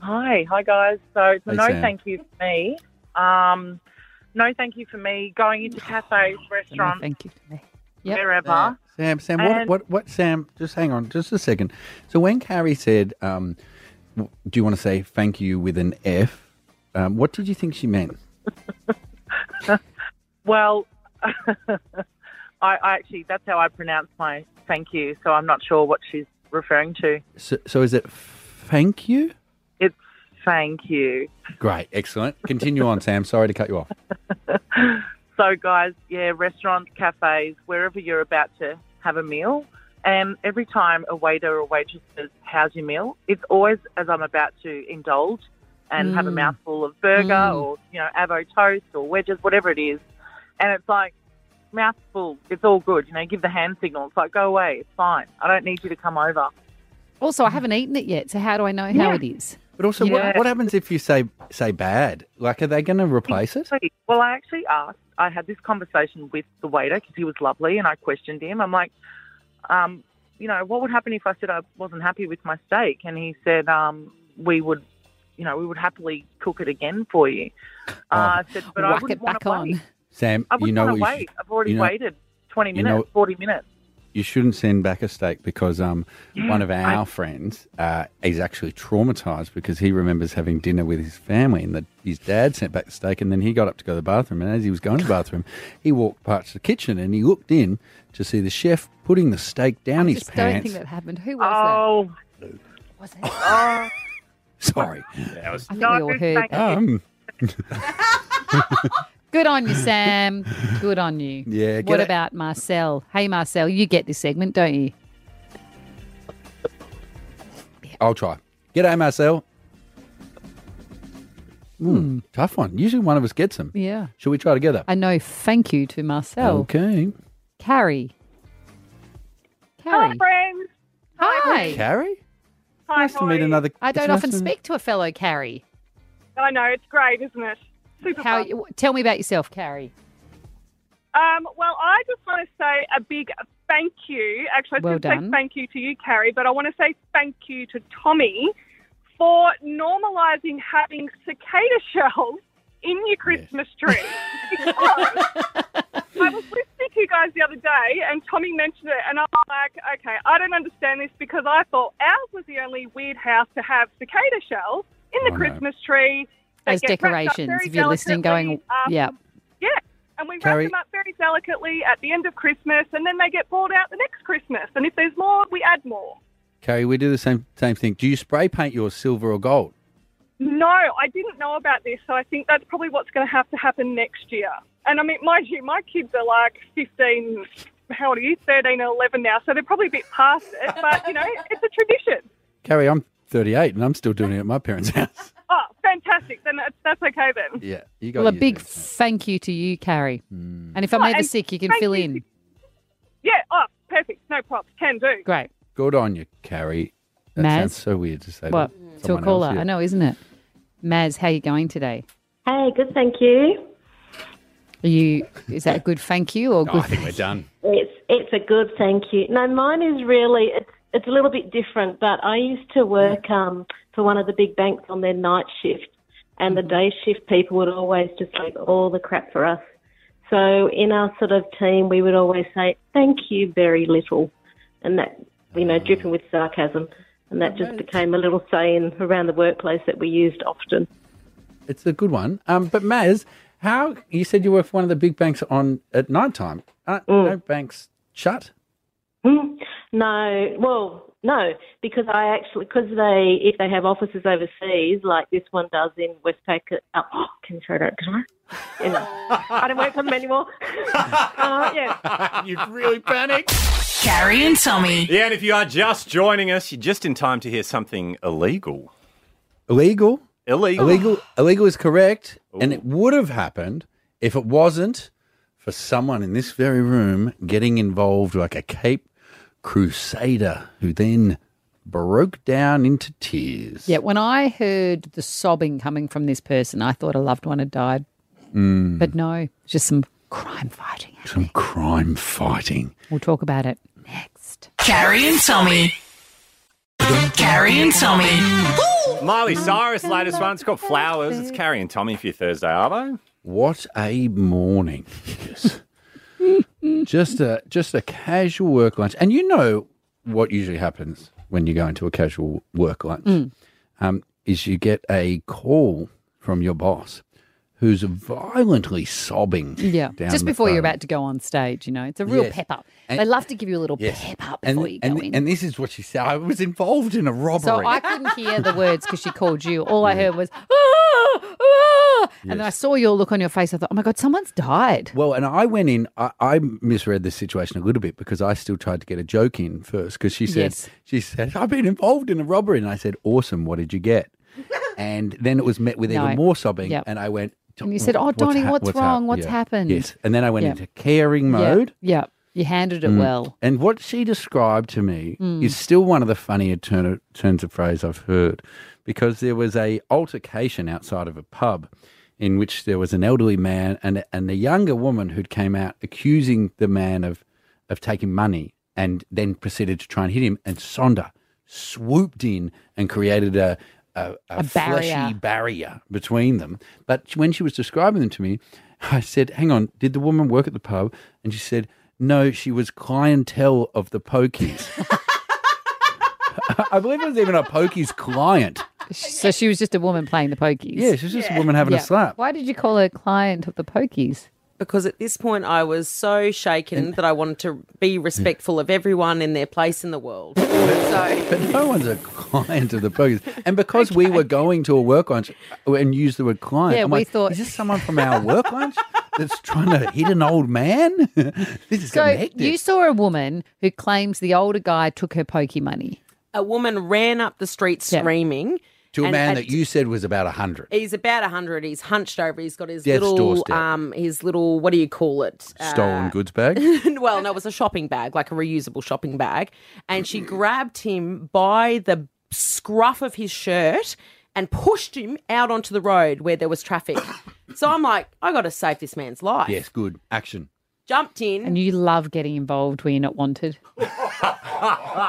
Speaker 8: Hi, hi guys. So it's a
Speaker 7: Hey,
Speaker 8: no
Speaker 7: Sam.
Speaker 8: thank you for me. Um, no thank you for me going into cafes,
Speaker 6: *sighs*
Speaker 8: restaurants,
Speaker 6: thank you for me.
Speaker 8: wherever.
Speaker 7: Sam, Sam, what,
Speaker 8: And-
Speaker 7: what, what, Sam, just hang on just a second. So when Carrie said, um, w- do you want to say thank you with an F? Um, what did you think she meant?
Speaker 8: Well, *laughs* I, I actually that's how I pronounce my thank you. So I'm not sure what she's referring to.
Speaker 7: So, so is it thank you?
Speaker 8: It's thank you.
Speaker 7: Great, excellent. Continue on, Sam. Sorry to cut you off.
Speaker 8: So, guys, yeah, restaurants, cafes, wherever you're about to have a meal, and every time a waiter or waitress says, How's your meal? It's always as I'm about to indulge and have a
Speaker 13: Mm.
Speaker 8: mouthful of burger
Speaker 13: Mm.
Speaker 8: or, you know, avo toast or wedges, whatever it is. And it's like, mouthful, it's all good. You know, give the hand signal. It's like, go away, it's fine. I don't need you to come over.
Speaker 6: Also, I haven't eaten it yet, so how do I know how it is?
Speaker 7: But also,
Speaker 8: Yeah.
Speaker 7: what, what happens if you say say bad? Like, are they going to replace it?
Speaker 8: Wait, Well, I actually asked. I had this conversation with the waiter because he was lovely, and I questioned him. I'm like, um, you know, what would happen if I said I wasn't happy with my steak? And he said, um, we would, you know, we would happily cook it again for you.
Speaker 7: Oh,
Speaker 8: Uh, I said, but I
Speaker 6: Whack
Speaker 8: wouldn't
Speaker 6: it
Speaker 8: want
Speaker 6: back
Speaker 8: to
Speaker 6: on.
Speaker 8: wait.
Speaker 7: Sam,
Speaker 8: I
Speaker 7: you
Speaker 8: wouldn't
Speaker 7: know
Speaker 8: want to
Speaker 7: what you
Speaker 8: wait.
Speaker 7: should-
Speaker 8: I've already
Speaker 7: you know-
Speaker 8: waited 20
Speaker 7: you
Speaker 8: minutes,
Speaker 7: know-
Speaker 8: 40 minutes.
Speaker 7: you shouldn't send back a steak because um, one of our friends uh, is actually traumatized because he remembers having dinner with his family and that his dad sent back the steak and then he got up to go to the bathroom and as he was going to the bathroom he walked past the kitchen and he looked in to see the chef putting the steak down his
Speaker 6: Just don't
Speaker 7: pants.
Speaker 6: think that happened. Who was that? Was it?
Speaker 7: *laughs* Sorry,
Speaker 5: that was
Speaker 6: I think *laughs* we all heard. that.
Speaker 7: Um, *laughs*
Speaker 6: Good on you, Sam. Good on you.
Speaker 7: Yeah,
Speaker 6: What
Speaker 7: get it.
Speaker 6: about Marcel? Hey, Marcel, you get this segment, don't you?
Speaker 7: I'll try. G'day, Marcel. Hmm, Tough one. Usually one of us gets them.
Speaker 6: Yeah.
Speaker 7: Should we try together?
Speaker 6: I know. Thank you to Marcel.
Speaker 7: Okay.
Speaker 6: Carrie. Carrie.
Speaker 13: friends.
Speaker 6: Hi.
Speaker 7: Carrie? Nice to meet another.
Speaker 6: I don't
Speaker 7: it's nice
Speaker 6: often
Speaker 7: to-
Speaker 6: speak to a fellow Carrie.
Speaker 13: I know it's great, isn't it? Super
Speaker 6: How?
Speaker 13: fun.
Speaker 6: Tell me about yourself, Carrie.
Speaker 13: Um, well, I just want to say a big thank you. Actually, I was
Speaker 6: Well
Speaker 13: going to say
Speaker 6: done.
Speaker 13: thank you to you, Carrie, but I want to say thank you to Tommy for normalising having cicada shells in your Christmas tree. I was listening to you guys the other day, and Tommy mentioned it, and I'm like, okay, I don't understand this because I thought ours was the only weird house to have cicada shells in the
Speaker 6: Oh, no.
Speaker 13: Christmas tree. They
Speaker 6: As
Speaker 13: get wrapped up
Speaker 6: decorations,
Speaker 13: very
Speaker 6: if you're listening, going,
Speaker 13: delicately, um,
Speaker 6: yeah.
Speaker 13: yeah, and we
Speaker 6: Carrie-
Speaker 13: wrap them up very delicately at the end of Christmas, and then they get brought out the next Christmas. And if there's more, we add more.
Speaker 7: Carrie, we do the same same thing. Do you spray paint yours silver or gold?
Speaker 13: No, I didn't know about this, so I think that's probably what's going to have to happen next year. And I mean, mind you, my kids are like 15, how old are you? 13 and 11 now, so they're probably a bit past it, but you know, it's a
Speaker 6: *laughs*
Speaker 13: tradition.
Speaker 7: Carrie, I'm 38 and I'm still doing it at my *laughs* parents' house.
Speaker 13: Oh, fantastic. Then that's, that's okay then.
Speaker 7: Yeah, you got
Speaker 6: Well, a
Speaker 7: your- Hmm.
Speaker 6: big thank you to you, Carrie. And if I'm
Speaker 13: Oh,
Speaker 6: ever
Speaker 13: and
Speaker 6: sick, you can
Speaker 13: thank
Speaker 6: fill
Speaker 13: you
Speaker 6: in.
Speaker 13: Yeah, oh, perfect. No props. Can do.
Speaker 6: Great.
Speaker 7: Good on you, Carrie. That
Speaker 6: Maz?
Speaker 7: sounds so weird to say.
Speaker 6: What? To a
Speaker 7: someone
Speaker 6: caller.
Speaker 7: else, yeah.
Speaker 6: I know, isn't it? Maz, how you going today?
Speaker 14: Hey, good, thank you.
Speaker 6: Are you? Is that a good thank you or good?
Speaker 5: I think we're done.
Speaker 14: It's it's a good thank you. No, mine is really it's it's a little bit different, but I used to work um, for one of the big banks on their night shift, and the day shift people would always just leave all the crap for us. So in our sort of team, we would always say thank you very little, and that you know dripping with sarcasm, and that just
Speaker 7: Right.
Speaker 14: became a little saying around the workplace that we used often.
Speaker 7: It's a good one. Um, but Maz, how you said you work for one of the big banks on at night time? Aren't
Speaker 6: Mm.
Speaker 7: no banks shut?
Speaker 14: Hmm. No, well, no, because I actually because they if they have offices overseas like this one does in Westpac. Oh, can you throw that? Can I? Anyway, I don't work for them
Speaker 7: *laughs*
Speaker 14: anymore. uh, yeah.
Speaker 1: you really panicked.
Speaker 5: Carrie and Tommy. Yeah, and if you are just joining us, you're just in time to hear something illegal.
Speaker 7: Illegal.
Speaker 5: Illegal.
Speaker 7: Illegal. Illegal is correct, and it would have happened if it wasn't for someone in this very room getting involved, like a Cape Crusader, who then broke down into tears.
Speaker 6: Yeah. When I heard the sobbing coming from this person, I thought a loved one had died,
Speaker 7: Mm,
Speaker 6: but no, it's just some crime fighting.
Speaker 7: some crime fighting.
Speaker 6: We'll talk about it.
Speaker 1: Carrie and Tommy.
Speaker 5: Carrie and Tommy. Miley Cyrus, latest one. It's called Flowers. It's Carrie and Tommy for your Thursday Arvo.
Speaker 7: What a morning! Yes. *laughs* just a just a casual work lunch, and you know what usually happens when you go into a casual work lunch
Speaker 6: Mm.
Speaker 7: um, is you get a call from your boss who's violently sobbing.
Speaker 6: Yeah.
Speaker 7: down
Speaker 6: Just
Speaker 7: the
Speaker 6: before you're
Speaker 7: phone.
Speaker 6: about to go on stage, you know, it's a real
Speaker 7: Yes.
Speaker 6: pep up.
Speaker 7: And-
Speaker 6: they love to give you a little
Speaker 7: Yes.
Speaker 6: pep up
Speaker 7: and,
Speaker 6: before you go
Speaker 7: and,
Speaker 6: in.
Speaker 7: and this is what she said. I was involved in a robbery.
Speaker 6: So I couldn't hear the words because she called you. All I heard was, "Ah, ah," and then I saw your look on your face. I thought, oh my God, someone's died.
Speaker 7: Well, and I went in. I, I misread the situation a little bit because I still tried to get a joke in first because she said
Speaker 6: Yes.
Speaker 7: she said I've been involved in a robbery, and I said, "Awesome, what did
Speaker 6: *laughs*
Speaker 7: you get?" And then it was met with
Speaker 6: No.
Speaker 7: even more sobbing,
Speaker 6: Yep.
Speaker 7: and I went.
Speaker 6: And you said, "Oh,
Speaker 7: "What's
Speaker 6: Donnie,
Speaker 7: hap-
Speaker 6: what's
Speaker 7: hap-
Speaker 6: wrong? What's
Speaker 7: yeah."
Speaker 6: happened?"
Speaker 7: Yes, and then I went
Speaker 6: Yeah.
Speaker 7: into caring
Speaker 6: Yeah,
Speaker 7: mode.
Speaker 6: Yeah, You handled it
Speaker 7: Mm.
Speaker 6: well.
Speaker 7: And what she described to me
Speaker 6: Mm.
Speaker 7: is still one of the funnier turn of, turns of phrase I've heard because there was a altercation outside of a pub in which there was an elderly man and and a younger woman who'd came out accusing the man of of taking money and then proceeded to try and hit him and Sonda swooped in and created a a, a,
Speaker 6: A barrier.
Speaker 7: fleshy barrier between them. But when she was describing them to me, I said, "Hang on, did the woman work at the pub?" And she said, No, she was clientele of the Pokies. *laughs* I believe it was even a Pokies client.
Speaker 6: So she was just a woman playing the pokies.
Speaker 7: Yeah, she was just a woman having
Speaker 6: Yeah.
Speaker 7: a slap.
Speaker 6: Why did you call her client of the pokies?
Speaker 12: Because at this point, I was so shaken that I wanted to be respectful of everyone and their place in the world.
Speaker 7: But no one's a client of the Pokies. And because we were going to a work lunch uh, and used the word client,
Speaker 6: yeah,
Speaker 7: I'm
Speaker 6: we
Speaker 7: like,
Speaker 6: thought.
Speaker 7: is this someone from our work lunch that's trying to hit an old man? *laughs* this is
Speaker 6: so
Speaker 7: getting hectic.
Speaker 6: you saw a woman who claims the older guy took her pokey money.
Speaker 12: A woman ran up the street screaming.
Speaker 7: to a
Speaker 12: and
Speaker 7: man
Speaker 12: at-
Speaker 7: that you said was about 100.
Speaker 12: He's about 100. He's hunched over. He's got his
Speaker 7: Death's
Speaker 12: little,
Speaker 7: doorstep.
Speaker 12: um, his little, what do you call it? Uh,
Speaker 7: Stolen goods bag.
Speaker 12: *laughs* well, no, it was a shopping bag, like a reusable shopping bag. And she
Speaker 6: Mm-hmm.
Speaker 12: grabbed him by the scruff of his shirt and pushed him out onto the road where there
Speaker 6: *coughs*
Speaker 12: was traffic. so I'm like, I got to save this man's life.
Speaker 7: Yes, good. Action.
Speaker 12: Jumped in.
Speaker 6: And you love getting involved where you're not wanted.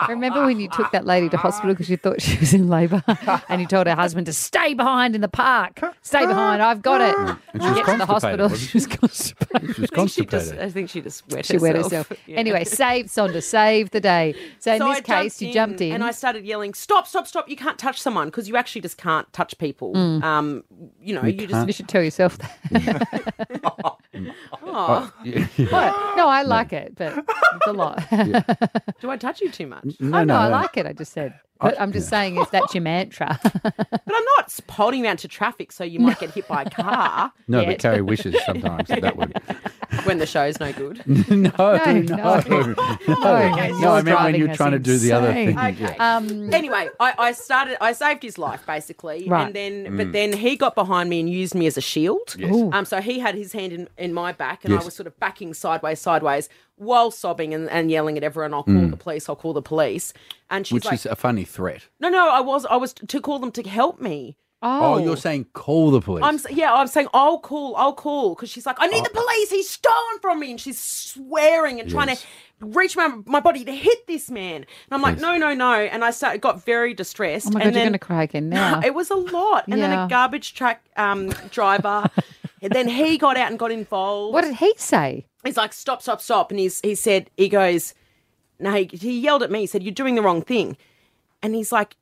Speaker 6: Remember when you took that lady to hospital because you thought she was in labour and you told her husband to stay behind in the park? Stay behind, I've got it.
Speaker 7: And she was
Speaker 6: Get to the
Speaker 7: constipated,
Speaker 6: hospital.
Speaker 7: wasn't
Speaker 6: She was constipated.
Speaker 7: She was
Speaker 12: *laughs* she just, uh,
Speaker 7: constipated.
Speaker 12: I think she just wet
Speaker 6: She wet herself.
Speaker 12: *laughs*
Speaker 6: Anyway, save Sonda, save the day. So in
Speaker 12: So
Speaker 6: this
Speaker 12: I
Speaker 6: case, you jumped in.
Speaker 12: and I started yelling, "Stop! Stop! Stop! You can't touch someone because you actually just can't touch people.
Speaker 6: Mm.
Speaker 12: Um, you know, you,
Speaker 6: you
Speaker 12: just
Speaker 6: should tell yourself that.
Speaker 12: Aw.
Speaker 6: What? No, I like it, but it's a lot. *laughs* Oh
Speaker 12: do I touch you too much?
Speaker 6: No, I know, I like it. I just said. But I'm just saying, if that's your mantra, *laughs*
Speaker 12: But I'm not holding you out to traffic, so you might get hit by
Speaker 6: *laughs*
Speaker 12: a car.
Speaker 7: No, but
Speaker 12: yet.
Speaker 7: Carrie wishes sometimes that, that
Speaker 12: *laughs*
Speaker 7: would. *laughs*
Speaker 12: when the show's no good.
Speaker 7: no, no, no.
Speaker 12: *laughs* no.
Speaker 6: Oh,
Speaker 7: No, I meant when you're trying to do the other thing. yeah.
Speaker 12: Okay.
Speaker 6: Um,
Speaker 12: anyway, I, I started. I saved his life basically,
Speaker 7: Right.
Speaker 12: and then but
Speaker 7: Mm.
Speaker 12: then he got behind me and used me as a shield.
Speaker 7: Yes. Ooh.
Speaker 12: Um, so he had his hand in, in my back, and I
Speaker 7: Yes.
Speaker 12: was sort of backing sideways, sideways, while sobbing and, and yelling at everyone. I'll call
Speaker 7: Mm.
Speaker 12: the police. I'll call the police. And she's
Speaker 7: Which
Speaker 12: like,
Speaker 7: is a funny threat.
Speaker 12: No, no, I was I was to call them to help me.
Speaker 7: Oh. you're saying call the police. Oh.
Speaker 12: I'm s- yeah, I'm saying I'll call, I'll call because she's like, I need the police. He's stolen from me, and she's swearing and trying
Speaker 7: Yes.
Speaker 12: to reach my my body to hit this man. And I'm like,
Speaker 6: Yes.
Speaker 12: no, no, no. And I started got very distressed.
Speaker 6: oh my god,
Speaker 12: and
Speaker 6: you're
Speaker 12: then
Speaker 6: going to cry again now.
Speaker 12: *laughs* it was a lot. And then
Speaker 6: Yeah.
Speaker 12: a garbage truck um,
Speaker 6: *laughs*
Speaker 12: driver, and then he got out and got involved.
Speaker 6: What did he say?
Speaker 12: He's like, stop, stop, stop. And he's, he said, he goes, no, he, he yelled at me. He said, you're doing the wrong thing. And he's like,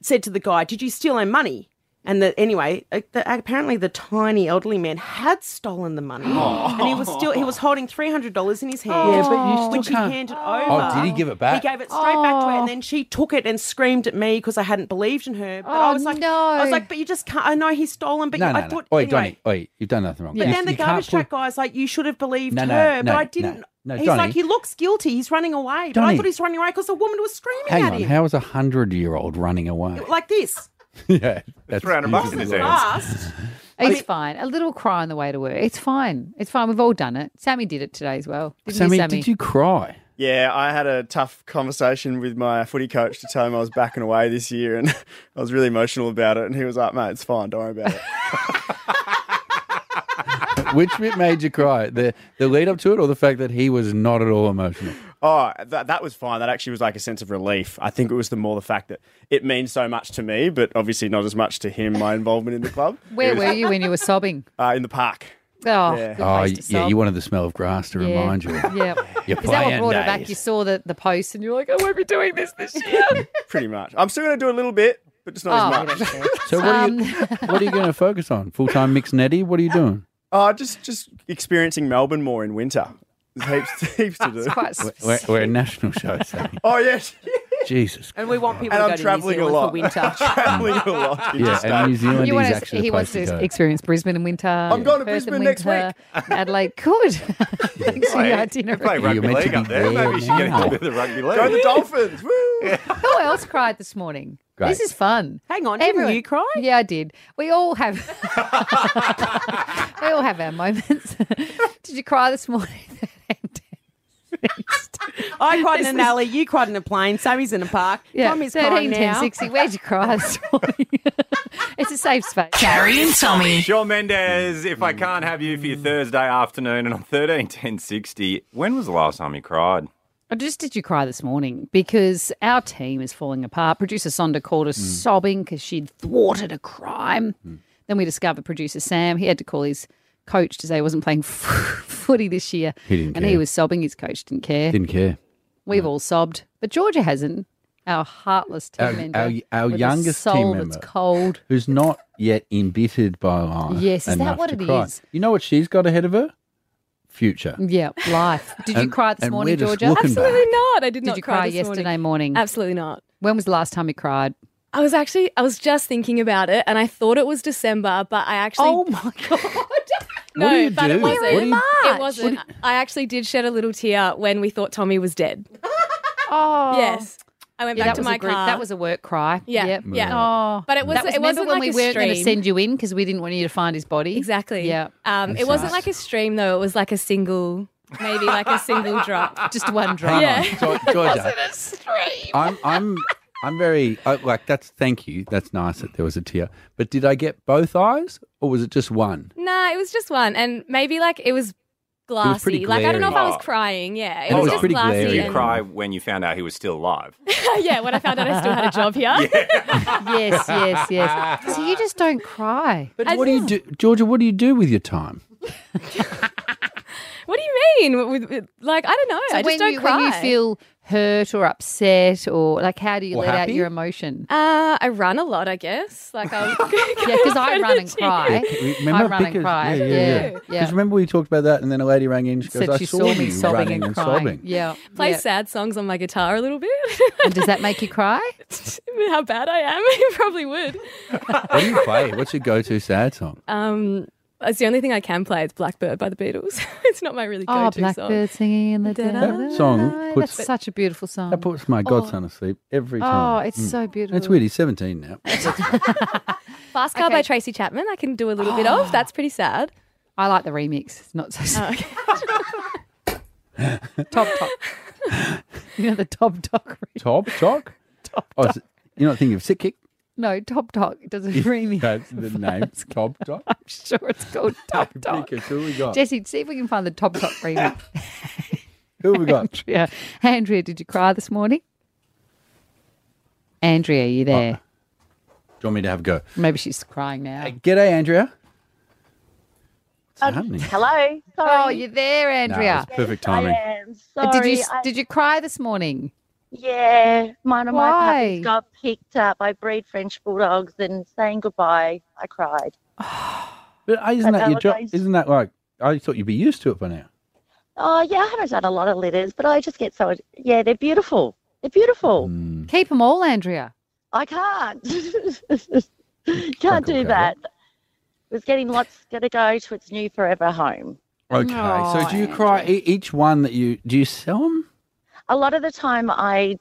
Speaker 12: said to the guy, did you steal our money? And the, anyway, uh, the, apparently the tiny elderly man had stolen the money, and he was still he was holding three hundred dollars in his hand.
Speaker 7: Yeah, but you still
Speaker 12: which
Speaker 7: can't-
Speaker 12: he handed
Speaker 7: Oh,
Speaker 12: over.
Speaker 7: did he give it back?
Speaker 12: He gave it straight back to her, and then she took it and screamed at me because I hadn't believed in her. But I
Speaker 6: Oh,
Speaker 12: was like,
Speaker 6: no.
Speaker 12: I was like, but you just can't. I know he's stolen, but
Speaker 7: no,
Speaker 12: you,
Speaker 7: no, Oh,
Speaker 12: I
Speaker 7: no.
Speaker 12: thought.
Speaker 7: Oi,
Speaker 12: anyway,
Speaker 7: Johnny, oi, you've done nothing wrong.
Speaker 12: but
Speaker 7: You-
Speaker 12: then the
Speaker 7: you can't
Speaker 12: garbage
Speaker 7: pull-
Speaker 12: truck guy's like, you should have believed
Speaker 7: No, no,
Speaker 12: her,
Speaker 7: no,
Speaker 12: but I
Speaker 7: no,
Speaker 12: didn't.
Speaker 7: no,
Speaker 12: he's
Speaker 7: Johnny.
Speaker 12: like, he looks guilty. He's running away. But I
Speaker 7: Johnny.
Speaker 12: thought he's running away because the woman was screaming
Speaker 7: Hang
Speaker 12: at
Speaker 7: on,
Speaker 12: him.
Speaker 7: how is a hundred-year-old running
Speaker 12: *laughs*
Speaker 7: away? *laughs*
Speaker 12: Like this.
Speaker 7: yeah, that's
Speaker 5: 300 bucks in his
Speaker 7: usually-
Speaker 5: hands.
Speaker 12: Fast.
Speaker 6: It's fine. A little cry on the way to work. It's fine. It's fine. We've all done it. Sammy did it today as well. Didn't
Speaker 15: Sammy,
Speaker 6: you, Sammy?
Speaker 15: did
Speaker 7: you cry? *laughs*
Speaker 15: Yeah, I had a tough conversation with my footy coach to tell him I was backing away this year, and *laughs* I was really emotional about it. And he was like, "Mate, it's fine. Don't worry about
Speaker 7: *laughs*
Speaker 15: it."
Speaker 7: Which bit made you cry? The the lead up to it, or the fact that he was not at all emotional?
Speaker 15: Oh, that, that was fine. That actually was like a sense of relief. I think it was the more the fact that it means so much to me, but obviously not as much to him, my involvement in the club.
Speaker 6: *laughs* Where
Speaker 15: It was,
Speaker 6: were you when you were sobbing?
Speaker 15: *laughs* Uh, in the park.
Speaker 6: Oh,
Speaker 15: Yeah.
Speaker 6: good
Speaker 7: Oh,
Speaker 6: place to
Speaker 7: yeah,
Speaker 6: sob.
Speaker 7: you wanted the smell of grass to
Speaker 6: Yeah.
Speaker 12: *laughs*
Speaker 7: remind you. of
Speaker 6: Yeah. Is
Speaker 7: Your
Speaker 6: that what
Speaker 7: playing
Speaker 6: brought her back?
Speaker 7: days.
Speaker 6: You saw the, the post and you're like, I won't be doing this this year.
Speaker 15: Pretty much. I'm still going to do a little bit, but just not
Speaker 6: Oh, Um,
Speaker 15: as
Speaker 6: you
Speaker 15: much.
Speaker 6: don't care.
Speaker 7: So what are you
Speaker 12: Um, *laughs*
Speaker 6: *laughs*
Speaker 7: what are you going to focus on? Full time mix netty? What are you doing?
Speaker 15: Uh, just just experiencing Melbourne more in winter. There's heaps, *laughs* heaps to do.
Speaker 7: We're, we're, we're a national show,
Speaker 6: *laughs*
Speaker 7: Sammy.
Speaker 15: oh yes,
Speaker 7: Jesus.
Speaker 12: And we want people
Speaker 15: And
Speaker 12: to
Speaker 15: I'm
Speaker 12: go to
Speaker 15: traveling a
Speaker 12: New Zealand
Speaker 15: lot. *laughs*
Speaker 12: for winter.
Speaker 15: traveling a lot.
Speaker 7: Yeah, and New Zealand
Speaker 6: You
Speaker 7: is
Speaker 6: want to,
Speaker 7: actually
Speaker 6: he
Speaker 7: the place
Speaker 6: wants
Speaker 7: to,
Speaker 6: to,
Speaker 7: go.
Speaker 6: experience Brisbane in winter. I'm
Speaker 15: going to Brisbane next
Speaker 6: week. *laughs* Adelaide, good. Thanks for
Speaker 5: Play-
Speaker 6: your
Speaker 5: Play
Speaker 6: itinerary.
Speaker 7: You're
Speaker 5: rugby
Speaker 7: meant to
Speaker 5: league
Speaker 7: be
Speaker 5: up there.
Speaker 7: there
Speaker 5: Maybe you should get
Speaker 7: now.
Speaker 5: into the rugby league.
Speaker 15: Go the Dolphins. Woo!
Speaker 6: Who else cried this morning?
Speaker 7: Great.
Speaker 6: This is fun.
Speaker 12: Hang on,
Speaker 6: didn't
Speaker 12: you cry?
Speaker 6: Yeah, I did. We all have. *laughs* we all have our moments. *laughs* did you cry this morning?
Speaker 7: *laughs*
Speaker 12: I cried in
Speaker 6: This
Speaker 12: an
Speaker 6: is-
Speaker 12: alley, you cried in a plane, Sammy's in a park. Tommy's
Speaker 6: 13,
Speaker 12: crying
Speaker 6: 10,
Speaker 12: now.
Speaker 6: 60. Where'd you cry this morning? *laughs* it's a safe space.
Speaker 5: Sean Mendez, if I can't have you for your Thursday afternoon and on 13 10 60, when was the last time you cried?
Speaker 6: I just did you cry this morning because our team is falling apart. Producer Sonda called
Speaker 7: Hmm.
Speaker 6: us sobbing because she'd thwarted a crime. Then we discovered producer Sam. He had to call his coach to say he wasn't playing *laughs* footy this year.
Speaker 7: He didn't
Speaker 6: and he
Speaker 7: care.
Speaker 6: was sobbing. His coach didn't care.
Speaker 7: Didn't care.
Speaker 6: We've all sobbed, but Georgia hasn't. Our heartless team
Speaker 7: Our-
Speaker 6: member,
Speaker 7: our- our
Speaker 6: with a
Speaker 7: youngest team
Speaker 6: soul
Speaker 7: member.
Speaker 6: that's cold.
Speaker 7: Who's not yet embittered by life.
Speaker 6: Yes, is that
Speaker 7: enough
Speaker 6: what
Speaker 7: to
Speaker 6: it
Speaker 7: cry.
Speaker 6: is?
Speaker 7: You know what she's got ahead of her? Future.
Speaker 6: Yeah, life. *laughs* Did you
Speaker 7: And-
Speaker 6: cry this
Speaker 7: and
Speaker 6: morning,
Speaker 7: we're just
Speaker 6: Georgia?
Speaker 7: looking Absolutely back.
Speaker 16: not. I did not
Speaker 6: you
Speaker 16: cry
Speaker 6: cry
Speaker 16: this morning.
Speaker 6: yesterday morning?
Speaker 16: Absolutely not.
Speaker 6: When was the last time you cried?
Speaker 16: I was actually, I was just thinking about it, and I thought it was December, but I actually. Oh *laughs*
Speaker 6: my
Speaker 16: god! no,
Speaker 6: do you
Speaker 16: but it
Speaker 6: do? What
Speaker 16: wasn't.
Speaker 6: do you-
Speaker 16: It wasn't. I actually did shed a little tear when we thought Tommy was dead.
Speaker 6: Oh
Speaker 16: Yes, I went
Speaker 6: Yeah,
Speaker 16: back
Speaker 6: that
Speaker 16: to
Speaker 6: was
Speaker 16: my
Speaker 6: a group-
Speaker 16: car.
Speaker 6: That was a work cry.
Speaker 16: Yeah,
Speaker 6: Yep.
Speaker 16: yeah.
Speaker 6: Oh,
Speaker 16: But it was-
Speaker 6: That
Speaker 16: it wasn't
Speaker 6: remember when
Speaker 16: like
Speaker 6: we
Speaker 16: a
Speaker 6: weren't going to
Speaker 16: stream.
Speaker 6: send you in because we didn't want you to find his body.
Speaker 16: Exactly.
Speaker 6: Yeah.
Speaker 16: Um, it wasn't like a stream though. It was like a single, maybe like
Speaker 6: *laughs*
Speaker 16: a single drop,
Speaker 6: just one
Speaker 7: Hang
Speaker 16: Yeah.
Speaker 6: *laughs*
Speaker 7: on, Geor- Georgia.
Speaker 16: a stream.
Speaker 7: I'm, I'm, I'm very I, like that's. Thank you. That's nice that there was a tear. But did I get both eyes, or was it just one?
Speaker 16: Nah, it was just one, and maybe like it was glassy.
Speaker 7: pretty
Speaker 16: like I don't know if I was
Speaker 5: glary.
Speaker 16: crying. Yeah, it
Speaker 5: Oh,
Speaker 16: was
Speaker 5: it's
Speaker 16: just
Speaker 5: pretty
Speaker 16: glassy.
Speaker 5: Did you
Speaker 16: and-
Speaker 5: cry when you found out he was still alive?
Speaker 16: *laughs* yeah, when I found out I still had a job here.
Speaker 6: *laughs*
Speaker 16: *laughs*
Speaker 6: yes, yes, yes. So you just don't cry.
Speaker 7: But what do you do, Georgia? What do you do with your time?
Speaker 16: What do you mean? With, with- like I don't know.
Speaker 6: So
Speaker 16: I just
Speaker 6: when
Speaker 16: don't
Speaker 6: you,
Speaker 16: cry.
Speaker 6: When you feel hurt or upset or like, how do you
Speaker 16: Or
Speaker 6: let
Speaker 16: happy?
Speaker 6: out your emotion?
Speaker 16: Uh, I run a lot, I guess. Like I
Speaker 6: *laughs* yeah, because
Speaker 16: *laughs*
Speaker 6: I run and cry.
Speaker 7: Yeah,
Speaker 6: I run and
Speaker 7: because-
Speaker 6: cry. Yeah, yeah.
Speaker 7: Because remember we talked about that, and then a lady rang in. She goes,
Speaker 6: Said
Speaker 7: "I
Speaker 6: she
Speaker 7: saw,
Speaker 6: saw
Speaker 7: you
Speaker 6: me sobbing
Speaker 7: running
Speaker 6: and
Speaker 7: and
Speaker 6: crying."
Speaker 7: sobbing."
Speaker 6: Yeah.
Speaker 16: play
Speaker 6: yeah.
Speaker 16: sad songs on my guitar a little bit.
Speaker 6: And does that make you cry?
Speaker 16: *laughs* How bad I am, *laughs* it probably would.
Speaker 7: What do you play? What's your go-to sad song?
Speaker 16: Um, it's the only thing I can play. It's Blackbird by the Beatles. *laughs* it's not my really go-to
Speaker 6: Oh,
Speaker 16: song.
Speaker 6: Blackbird
Speaker 16: *laughs*
Speaker 6: singing in the
Speaker 7: That song puts-
Speaker 6: That's such a beautiful song.
Speaker 7: That puts my godson asleep every
Speaker 6: Oh,
Speaker 7: time.
Speaker 6: it's so
Speaker 7: It's
Speaker 6: beautiful.
Speaker 7: weird. He's seventeen *laughs* now.
Speaker 16: Oh, Fast Car by Tracy Chapman, I can do a little bit
Speaker 6: Ah.
Speaker 16: of. That's pretty sad.
Speaker 6: I like the remix. It's
Speaker 16: Oh,
Speaker 6: not so sad. *laughs* top top. you know the top top.
Speaker 7: *laughs* Top Talk. Top oh, is it- You're not thinking of Sick Kick?
Speaker 6: No, top top does a
Speaker 7: *laughs*
Speaker 6: remix.
Speaker 7: That's *laughs* the name. Top Talk. *laughs* I'm
Speaker 6: sure it's
Speaker 7: *laughs*
Speaker 6: called Top Talk.
Speaker 7: Who we
Speaker 6: *laughs*
Speaker 7: got?
Speaker 6: Jesse, see if we can find the top top remix.
Speaker 7: Who have we got?
Speaker 6: Andrea, Andrea, did you cry this morning? Andrea, are you there?
Speaker 7: Do Oh, you want me to have a go?
Speaker 6: Maybe she's crying now.
Speaker 7: G'day, Andrea. What's
Speaker 17: Um,
Speaker 7: happening?
Speaker 6: Hello. Oh, you're there, Andrea.
Speaker 7: it's perfect timing.
Speaker 6: Uh,
Speaker 17: am.
Speaker 6: Did you
Speaker 17: Sorry, I-
Speaker 6: did you cry this morning?
Speaker 17: Yeah, one of my
Speaker 6: Why?
Speaker 17: puppies got picked up. I breed French bulldogs, and saying goodbye, I cried.
Speaker 7: *sighs* But uh, isn't
Speaker 17: But
Speaker 7: that your job?
Speaker 17: nowadays-
Speaker 7: Isn't that like I thought you'd be used to it by now?
Speaker 17: Oh yeah, I haven't done a lot of litters, but I just get so yeah, they're beautiful. They're beautiful.
Speaker 7: Mm.
Speaker 6: Keep them all, Andrea.
Speaker 17: I can't, *laughs* can't do that. It's getting lots. Got to go to its new forever home.
Speaker 7: Okay. so do you cry e- each one that you do you sell them?
Speaker 17: A lot of the time, I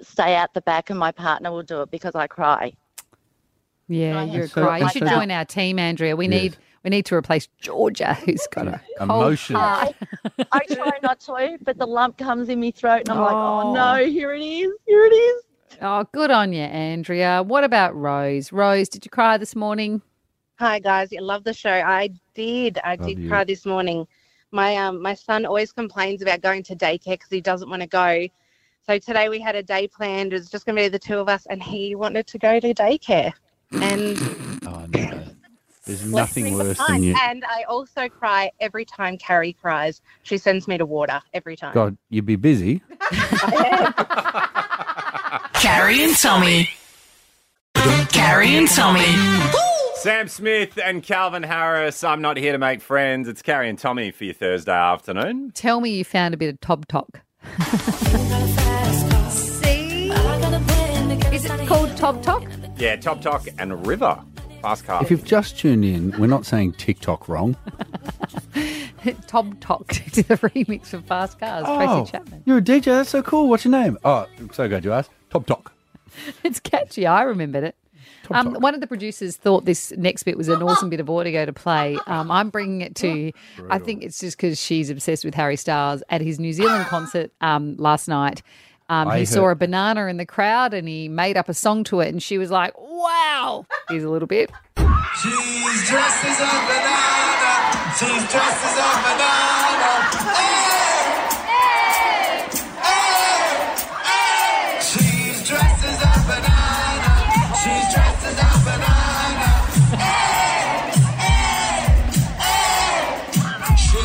Speaker 17: stay out the back, and my partner will do it because I cry.
Speaker 6: Yeah,
Speaker 17: And
Speaker 6: you're
Speaker 17: I
Speaker 6: a
Speaker 17: have to
Speaker 6: crier. You
Speaker 17: like
Speaker 6: should
Speaker 17: that.
Speaker 6: join our team, Andrea. We need we need to replace Georgia, who's got a
Speaker 7: Emotional.
Speaker 6: Cold
Speaker 17: I try not to, but the lump comes in my throat, and I'm like, oh
Speaker 6: Oh.
Speaker 17: no, here it is, here it is.
Speaker 6: heart. Oh, good on you, Andrea. What about Rose? Rose, did you cry this morning?
Speaker 18: Hi guys, I love the show. I did, I
Speaker 6: Love
Speaker 18: did
Speaker 6: you.
Speaker 18: cry this morning. My um, my son always complains about going to daycare because he doesn't want to go. So today we had a day planned. It was just going to be the two of us, and he wanted to go to daycare. And
Speaker 7: There's nothing worse than you.
Speaker 18: and I also cry every time Carrie cries. She sends me to water every time.
Speaker 7: God, you'd be busy.
Speaker 3: Carrie and Tommy. Carrie and Tommy.
Speaker 5: Sam Smith and Calvin Harris. I'm not here to make friends. It's Carrie and Tommy for your Thursday afternoon.
Speaker 6: Tell me you found a bit of Tob Talk.
Speaker 3: See?
Speaker 6: Is it called Tob Talk?
Speaker 5: Yeah, Top Talk and River. Fast car.
Speaker 7: If you've just tuned in, we're not saying TikTok wrong.
Speaker 6: *laughs* Tob *laughs* Talk to the remix of Fast Cars,
Speaker 7: Oh.
Speaker 6: Tracy Chapman.
Speaker 7: you're a DJ. That's so cool. What's your name? Oh, I'm so glad you asked. Top Talk.
Speaker 6: *laughs* It's catchy. I remembered it. Um, one of the producers thought this next bit was an awesome bit of audio to play. Um, I'm bringing it to you. I think it's just because she's obsessed with Harry Styles at his New
Speaker 7: *gasps*
Speaker 6: Zealand concert um, last night. Um,
Speaker 7: I
Speaker 6: he saw
Speaker 7: heard-
Speaker 6: a banana in the crowd and he made up a song to it, and she was like, "Wow!" Here's a little bit.
Speaker 3: She's dressed as a banana. She's dressed as a banana. Hey! Hey! She's dressed as a banana. She's dressed as a banana. Hey! Hey! Hey!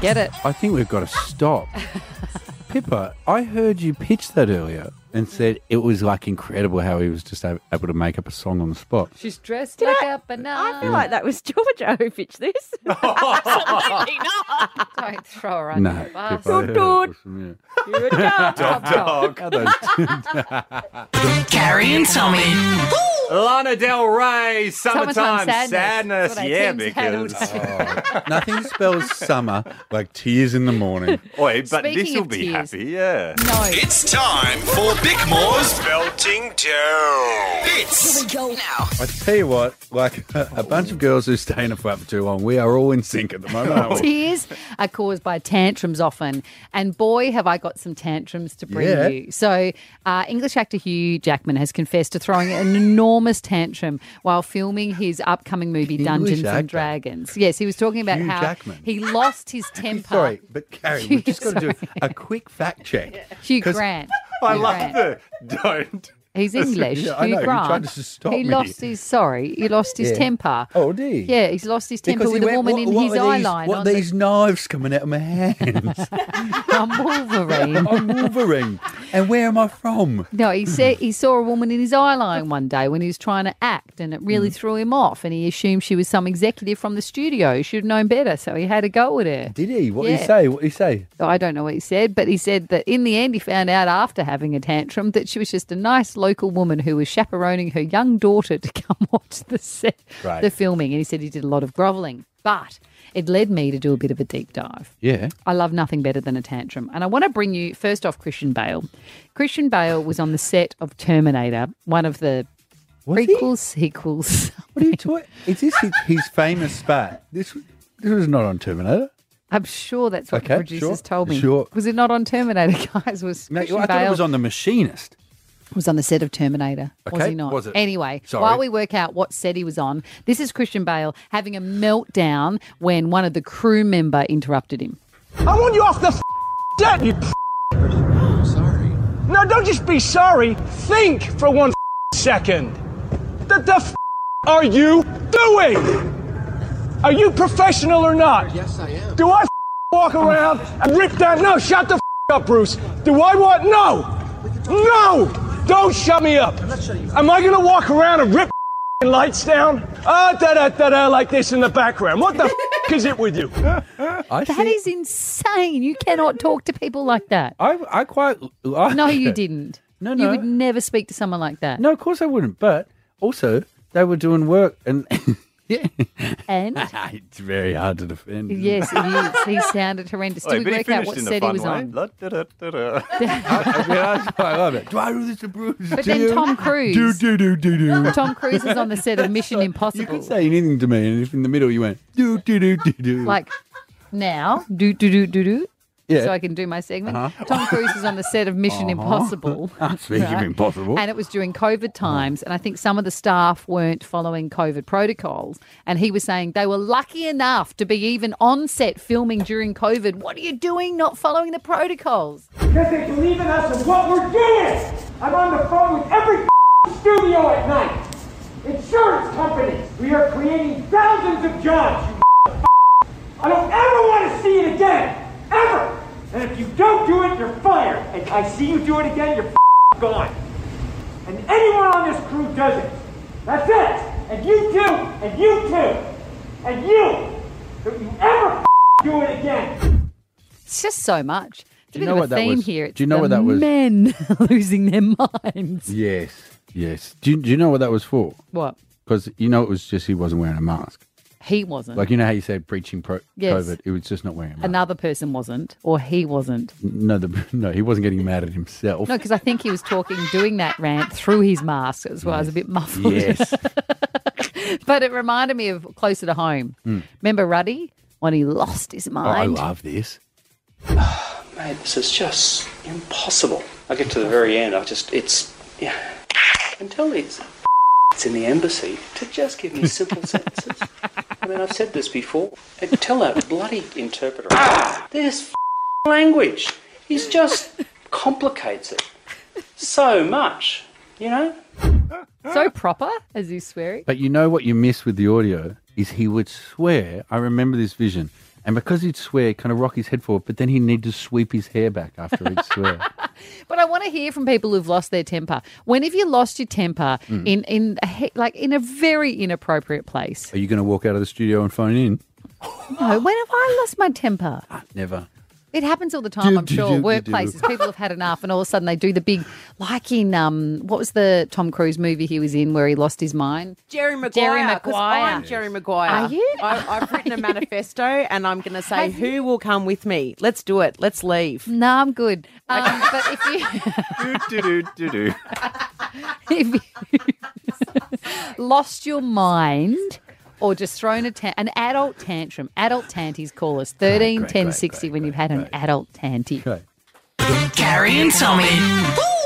Speaker 6: Get it.
Speaker 7: I think we've got to stop. Pippa, I heard you pitch that earlier and said it was like incredible how he was just ab- able to make up a song on the spot.
Speaker 6: She's dressed like a banana. I
Speaker 7: feel like
Speaker 6: that was Georgia who pitched *laughs* this. Absolutely not. Don't throw her under
Speaker 7: No,
Speaker 6: the bus.
Speaker 7: Pippa, yeah, awesome, yeah. *laughs*
Speaker 6: You're a dog. Dog, *laughs* dog.
Speaker 7: How
Speaker 1: *laughs*
Speaker 7: those two-
Speaker 1: Carrie and Tommy.
Speaker 5: Lana Del Rey,
Speaker 1: Summertime
Speaker 5: summertime,
Speaker 1: Sadness. That's
Speaker 5: sadness.
Speaker 1: what our
Speaker 5: Yeah,
Speaker 1: team's
Speaker 5: because.
Speaker 7: Oh, Nothing spells summer like tears in the morning.
Speaker 5: Oi, but this will be happy, yeah.
Speaker 6: No.
Speaker 3: It's time for Bickmore's Belting Down.
Speaker 1: Here we go now.
Speaker 7: I tell you what, like *laughs* a, a bunch of girls who stay in a flat for too long, we are all in sync at the moment, aren't we?
Speaker 6: *laughs* Tears are caused by tantrums often, and boy, have I got some tantrums to bring
Speaker 7: Yeah.
Speaker 6: you. So, uh, English actor Hugh Jackman has confessed to throwing an enormous tantrum while filming his upcoming movie Dungeons
Speaker 7: actor.
Speaker 6: and Dragons. Yes, he was talking about
Speaker 7: Hugh
Speaker 6: how
Speaker 7: Jackman.
Speaker 6: he lost his temper.
Speaker 7: *laughs* Sorry, but Carrie,
Speaker 6: Hugh-
Speaker 7: we've just got to do a quick fact check.
Speaker 6: Hugh
Speaker 7: 'Cause-
Speaker 6: Grant.
Speaker 7: *laughs* I
Speaker 6: Hugh
Speaker 7: love
Speaker 6: Grant.
Speaker 7: the don't.
Speaker 6: He's English.
Speaker 7: *laughs* Yeah,
Speaker 6: Hugh
Speaker 7: I know. You
Speaker 6: Grant.
Speaker 7: tried to s- stop
Speaker 6: he
Speaker 7: me.
Speaker 6: lost his sorry. He lost his
Speaker 7: Yeah.
Speaker 6: temper.
Speaker 7: Oh, did he?
Speaker 6: Yeah, he's lost his temper
Speaker 7: Because he
Speaker 6: with a
Speaker 7: went,
Speaker 6: woman
Speaker 7: "What-
Speaker 6: in
Speaker 7: what
Speaker 6: his
Speaker 7: are
Speaker 6: eye
Speaker 7: these-
Speaker 6: line.
Speaker 7: What are
Speaker 6: on the-
Speaker 7: these knives coming out of my hands?
Speaker 6: *laughs* I'm Wolverine.
Speaker 7: *laughs* I'm Wolverine. And where am I from?
Speaker 6: No,
Speaker 7: *clears throat*
Speaker 6: he said he saw a woman in his eyeline one day when he was trying to act, and it really
Speaker 7: Mm.
Speaker 6: threw him off. And he assumed she was some executive from the studio. He should have known better, so he had a go at her.
Speaker 7: Did he? What did
Speaker 6: Yeah.
Speaker 7: he say? What did he say?
Speaker 6: I don't know what he said, but he said that in the end, he found out after having a tantrum that she was just a nice local woman who was chaperoning her young daughter to *laughs* come watch the set,
Speaker 7: Right.
Speaker 6: the filming. And he said he did a lot of groveling, but it led me to do a bit of a deep dive.
Speaker 7: Yeah.
Speaker 6: I love nothing better than a tantrum. And I want to bring you, first off, Christian Bale. Christian Bale was on the set of Terminator, one of the prequels, sequels. *laughs*
Speaker 7: What are you talking? Is this his, his famous spat? This this was not on Terminator.
Speaker 6: I'm sure that's what
Speaker 7: Okay,
Speaker 6: the producers
Speaker 7: sure,
Speaker 6: told me.
Speaker 7: sure.
Speaker 6: Was it not on Terminator, *laughs* guys? Was
Speaker 7: No, I
Speaker 6: Christian
Speaker 7: thought
Speaker 6: Bale
Speaker 7: it was on The Machinist.
Speaker 6: was on the set of Terminator? was
Speaker 7: Okay,
Speaker 6: he not?
Speaker 7: was it?
Speaker 6: Anyway,
Speaker 7: Sorry.
Speaker 6: while we work out what set he was on, this is Christian Bale having a meltdown when one of the crew member interrupted him.
Speaker 1: I want you off the f- set, you. I'm sorry. No, don't just be sorry. Think for one f- second. What the f- are you doing? Are you professional or not? Yes, I am. Do I f- walk around and rip down? No, shut the f- up, Bruce. Do I want? No, no. Don't shut me up. I'm not shutting you Am I gonna walk around and rip f- lights down? Ah, da da da da, like this in the background. What the f- is it with you?
Speaker 7: *laughs*
Speaker 6: That is insane. You cannot talk to people like that.
Speaker 7: I I quite like
Speaker 6: no,
Speaker 7: *laughs*
Speaker 6: you
Speaker 7: it.
Speaker 6: didn't.
Speaker 7: No,
Speaker 6: You
Speaker 7: no.
Speaker 6: would never speak to someone like that.
Speaker 7: No, of course I wouldn't. But also, they were doing work, and *laughs* yeah, *laughs*
Speaker 6: And
Speaker 7: it's very hard to defend. isn't it?
Speaker 6: yes, it is. he sounded horrendous.
Speaker 7: Oi,
Speaker 6: Did
Speaker 7: but
Speaker 6: we
Speaker 7: he
Speaker 6: work out
Speaker 7: finished
Speaker 6: what
Speaker 7: in a
Speaker 6: set he
Speaker 7: fun
Speaker 6: was
Speaker 7: way.
Speaker 6: on?
Speaker 5: La, da, da, da, da.
Speaker 7: I, mean, that's why I love it. Do I do this to Bruce?
Speaker 6: *laughs* But
Speaker 7: Do
Speaker 6: then
Speaker 7: you?
Speaker 6: Tom Cruise.
Speaker 7: Do do do do do.
Speaker 6: Tom Cruise is on the
Speaker 7: *laughs*
Speaker 6: set of Mission Impossible.
Speaker 7: Say anything to me, and if in the middle you went do do do do do,
Speaker 6: Like now, do do do do do.
Speaker 7: Yeah.
Speaker 6: So I can do my segment.
Speaker 7: Uh-huh.
Speaker 6: Tom Cruise is on the set of Mission
Speaker 7: Uh-huh. *laughs*
Speaker 6: Impossible.
Speaker 7: Speaking
Speaker 6: right?
Speaker 7: of impossible,
Speaker 6: And it was during COVID times, and I think some of the staff weren't following COVID protocols. And he was saying they were lucky enough to be even on set filming during COVID. What are you doing not following the protocols?
Speaker 1: Because they believe in us and what we're doing. I'm on the phone with every studio at night. Insurance companies. We are creating thousands of jobs, you I don't ever want to see it again. Ever. And if you don't do it, you're fired. And I see you do it again, you're gone. And anyone on this crew does it. That's it. And you too. And you too. And you. Don't you ever do it again.
Speaker 6: It's just so much. It's
Speaker 7: Do
Speaker 6: a bit
Speaker 7: you know
Speaker 6: of a
Speaker 7: what that
Speaker 6: theme
Speaker 7: was?
Speaker 6: here.
Speaker 7: Do
Speaker 6: It's
Speaker 7: you know
Speaker 6: the
Speaker 7: what that was?
Speaker 6: Men *laughs* losing their minds.
Speaker 7: yes, yes. Do you, do you know what that was for?
Speaker 6: What?
Speaker 7: Because you know it was just he wasn't wearing a mask.
Speaker 6: He wasn't.
Speaker 7: Like you know how you said preaching pro-
Speaker 6: Yes.
Speaker 7: COVID, it was just not wearing. A mask.
Speaker 6: Another person wasn't, or he wasn't.
Speaker 19: *laughs*
Speaker 7: No, the, no, he wasn't getting mad at himself.
Speaker 6: No, because I think he was talking, doing that rant through his mask as well. I was a bit muffled.
Speaker 7: Yes.
Speaker 6: *laughs* but it reminded me of closer to home.
Speaker 7: Mm.
Speaker 6: Remember Ruddy when he lost his
Speaker 7: Oh, I
Speaker 6: mind?
Speaker 20: *sighs*
Speaker 7: love this.
Speaker 20: Mate, this is just impossible. I get to the very end, I just, it's, yeah. Until it's, *laughs* it's in the embassy to just give me
Speaker 7: *laughs*
Speaker 20: simple sentences. I mean, I've said this before. And tell that bloody interpreter,
Speaker 7: Ah!
Speaker 20: this *laughs* language, he's just complicates it so much, you know?
Speaker 6: so proper as he's swearing.
Speaker 7: But you know what you miss with the audio is he would swear. I remember this vision.
Speaker 19: And because he'd swear, he'd kind of rock his head forward, but then he'd need to sweep his hair back after he'd swear.
Speaker 6: But I want to hear from people who've lost their temper. When have you lost your temper
Speaker 7: Hmm.
Speaker 19: Mm.
Speaker 6: in in a, he- like in a very inappropriate place?
Speaker 19: *laughs* Are you going to walk out of the studio and phone in?
Speaker 6: No, when have I lost my temper?
Speaker 19: Never.
Speaker 6: It happens all the time,
Speaker 19: Do,
Speaker 6: I'm
Speaker 19: do,
Speaker 6: sure.
Speaker 19: do, do, do.
Speaker 6: Workplaces, people have had enough, and all of a sudden they do the big, like in um, what was the Tom Cruise movie he was in where he lost his mind?
Speaker 12: Jerry Maguire.
Speaker 6: Jerry
Speaker 12: 'cause
Speaker 6: Maguire.
Speaker 12: I'm Jerry Maguire.
Speaker 6: Are you?
Speaker 12: I, I've
Speaker 6: *laughs*
Speaker 12: written a manifesto and I'm going to say, who will come with me? Let's do it. Let's leave.
Speaker 6: No, I'm good. Um, but if you if you *laughs* lost your mind or just thrown a tan- an adult tantrum, adult tanties call us thirteen ten sixty when you've had an adult tanty.
Speaker 5: Carrie
Speaker 6: and Tommy.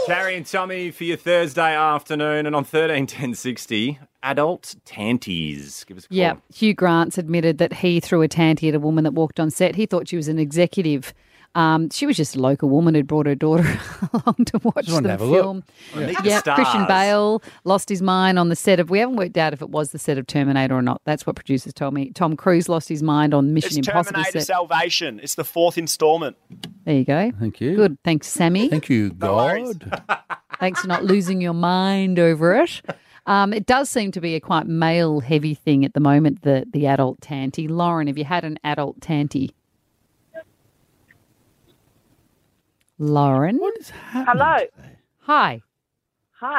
Speaker 5: Carrie and Tommy for your Thursday afternoon, and on thirteen ten sixty, adult tanties. Give us a call.
Speaker 6: Yeah, Hugh Grant's admitted that he threw a tanty at a woman that walked on set. He thought she was an executive. Um, she was just a local woman who'd brought her daughter *laughs* along to watch
Speaker 19: Just wanted to
Speaker 6: the
Speaker 19: have a look. Oh,
Speaker 6: film.
Speaker 19: I need the
Speaker 6: Yeah, Christian
Speaker 19: stars.
Speaker 6: Bale lost his mind on the set of. We haven't worked out if it was the set of Terminator or not. That's what producers told me. Tom Cruise lost his mind on Mission
Speaker 15: It's
Speaker 6: Impossible
Speaker 15: Terminator
Speaker 6: set.
Speaker 15: Salvation. It's the fourth installment.
Speaker 6: there you go.
Speaker 19: Thank you.
Speaker 6: Good. Thanks, Sammy.
Speaker 19: Thank you, God.
Speaker 6: *laughs* Thanks for not losing your mind over it. Um, it does seem to be a quite male heavy thing at the moment, the, the adult tanty. Lauren, have you had an adult tanty? Lauren? What is
Speaker 21: Hello.
Speaker 6: Hi.
Speaker 21: Hi.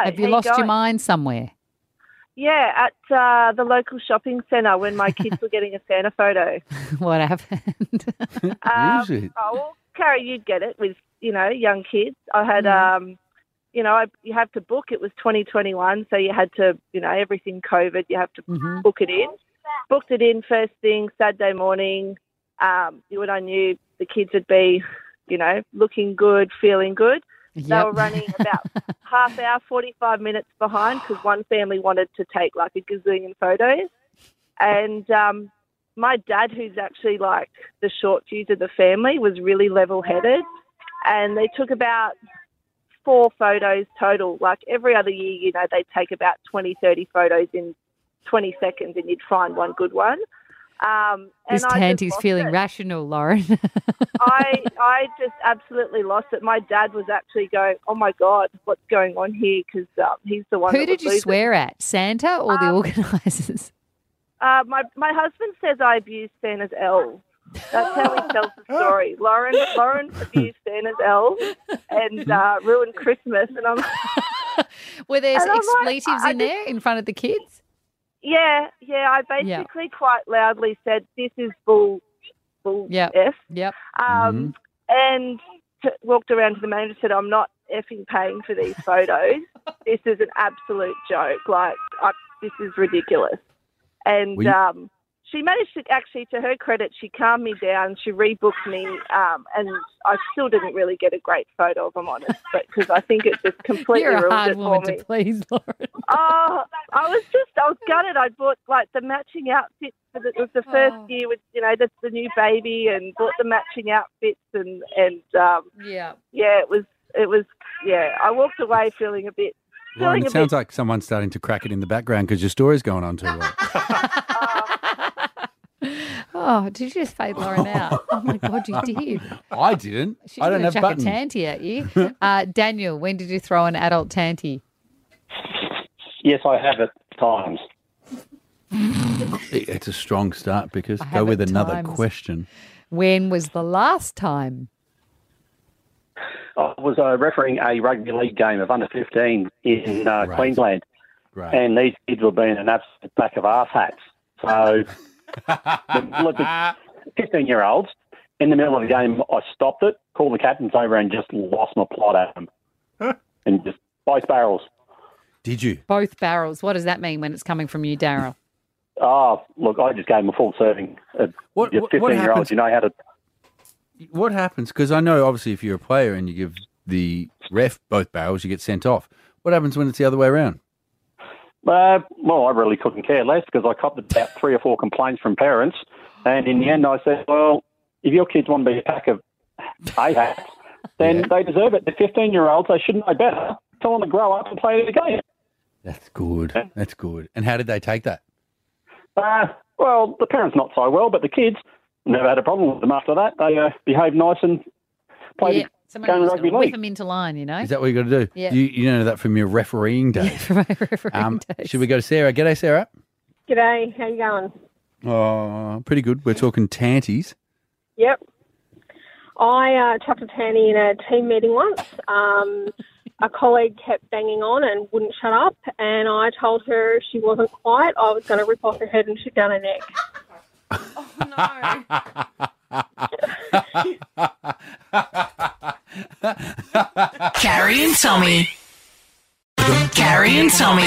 Speaker 6: Have you
Speaker 21: how
Speaker 6: lost your
Speaker 21: going?
Speaker 6: mind somewhere? *laughs*
Speaker 21: Yeah, at uh, the local shopping centre when my kids were getting a Santa
Speaker 6: *laughs*
Speaker 21: photo.
Speaker 6: what happened?
Speaker 19: *laughs*
Speaker 21: Um,
Speaker 6: Lose it.
Speaker 21: Oh, well, Carrie, you'd get it with you know young kids. I had,
Speaker 6: Mm.
Speaker 21: um, you know, I, you have to book. It was 2021, so you had to, you know, everything COVID. You have to
Speaker 7: Mm-hmm.
Speaker 6: Mhm.
Speaker 21: book it in. Booked it in first thing Saturday morning. Um, when I knew the kids would be, you know, looking good, feeling good. They
Speaker 6: Yep.
Speaker 21: were running about half hour, 45 minutes behind because one family wanted to take like a gazillion photos. And um, my dad, who's actually like the short fuse of the family, was really level headed. And they took about four photos total. Like every other year, you know, they take about 20, 30 photos in 20 seconds and you'd find one good one. Um,
Speaker 6: This
Speaker 21: and I just
Speaker 6: tanty's
Speaker 21: lost
Speaker 6: feeling
Speaker 21: it.
Speaker 6: rational, Lauren. *laughs*
Speaker 21: I I just absolutely lost it. My dad was actually going, "Oh my god, what's going on here?" Because um, he's the Um, one.
Speaker 6: Who
Speaker 21: that
Speaker 6: did
Speaker 21: would
Speaker 6: you
Speaker 21: lose it.
Speaker 6: swear at? Santa or the organisers? *laughs*
Speaker 21: Uh, my my husband says I abused Santa's L. That's how he tells the story. Lauren Lauren abused Santa's L and uh, ruined Christmas. And I'm
Speaker 6: *laughs* Were there
Speaker 21: And I'm like,
Speaker 6: expletives
Speaker 21: I
Speaker 6: in there in front of the kids?
Speaker 21: yeah yeah. I
Speaker 6: Yeah.
Speaker 21: basically quite loudly said, "This is bull bull
Speaker 6: Yep.
Speaker 21: f."
Speaker 6: Yep. Mm-hmm.
Speaker 21: Um, and t- walked around to the manager and said, I'm not effing paying for these
Speaker 22: *laughs*
Speaker 21: photos. this is an absolute joke. Like, I, this is ridiculous. And
Speaker 22: Were you-
Speaker 21: um, she managed to, actually, to her credit, she calmed me down. She rebooked me. Um, and I still didn't really get a great photo, if I'm honest, because I think it
Speaker 6: *laughs*
Speaker 21: just completely
Speaker 6: You're a
Speaker 21: ruined it
Speaker 6: hard
Speaker 21: for
Speaker 6: woman
Speaker 21: me.
Speaker 6: to please, Lauren.
Speaker 21: Oh, I was just, I was gutted. I bought like the matching outfits. For the, it was the first year with, you know, the, the new baby and bought the matching outfits and, and, um,
Speaker 6: yeah.
Speaker 21: Yeah, it was, it was, yeah, I walked away feeling a bit,
Speaker 19: Lauren, it
Speaker 21: feeling a bit,
Speaker 19: sounds like someone's starting to crack it in the background because your story's going on too
Speaker 6: *laughs*
Speaker 19: long. Mm-hmm.
Speaker 6: Oh, did you just fade Lauren out? Oh my
Speaker 19: *laughs*
Speaker 6: God, you did.
Speaker 19: I didn't.
Speaker 6: She's
Speaker 19: I don't
Speaker 6: gonna
Speaker 19: have
Speaker 6: chuck
Speaker 19: buttons. *laughs*
Speaker 6: a tanty at you. Uh, Daniel, when did you throw an adult tanty?
Speaker 23: Yes, I have at times.
Speaker 19: It's a strong start because
Speaker 6: have
Speaker 19: go with
Speaker 6: at
Speaker 19: another
Speaker 6: times.
Speaker 19: question.
Speaker 6: When was the last time?
Speaker 23: I was uh, refereeing a rugby league game of under 15 in uh, Queensland, and these kids were being an absolute pack of arse hats.
Speaker 19: *laughs*
Speaker 23: So, the- look, 15 year olds in the middle of the game, I stopped it, called the captains over, and just lost my plot at them, and just both barrels.
Speaker 19: Did you?
Speaker 6: Both barrels. What does that mean when it's coming from you, Daryl?
Speaker 23: Oh, look, I just gave them a full serving. Uh,
Speaker 19: What-
Speaker 23: your
Speaker 19: what- what
Speaker 23: 15 year olds,
Speaker 19: happens-
Speaker 23: you know how to
Speaker 19: What happens? Because I know, obviously, if you're a player and you give the ref both barrels, you get sent off. What happens when it's the other way around?
Speaker 23: Uh, well, I really couldn't care less because I copped about three or four complaints from parents. And in the end, I said, well, if your kids want to be a pack of a then they deserve it. They're 15 year olds. They shouldn't know better. Tell them to grow up and play the game.
Speaker 19: That's good. That's good. And how did they take that?
Speaker 23: Uh, well, the parents not so well, but the kids, never had a problem with them after that. They uh, behaved nice and played
Speaker 6: Yeah,
Speaker 23: a
Speaker 6: someone
Speaker 23: game of
Speaker 6: needs to
Speaker 23: rugby
Speaker 6: whip
Speaker 23: league.
Speaker 6: them into line, you know?
Speaker 7: Is that what you got to do?
Speaker 6: Yeah.
Speaker 7: You, you know that from your refereeing days. um, Should we go to Sarah? G'day, Sarah.
Speaker 2: G'day, how you going?
Speaker 7: Oh, pretty good. We're talking tanties.
Speaker 2: Yep. I uh, chucked a panty in a team meeting once. Um, a colleague kept banging on and wouldn't shut up, and I told her if she wasn't quiet, I was going to rip off her head and shoot down her neck.
Speaker 1: *laughs*
Speaker 7: *laughs*
Speaker 1: Carrie and Tommy. Carrie and Tommy.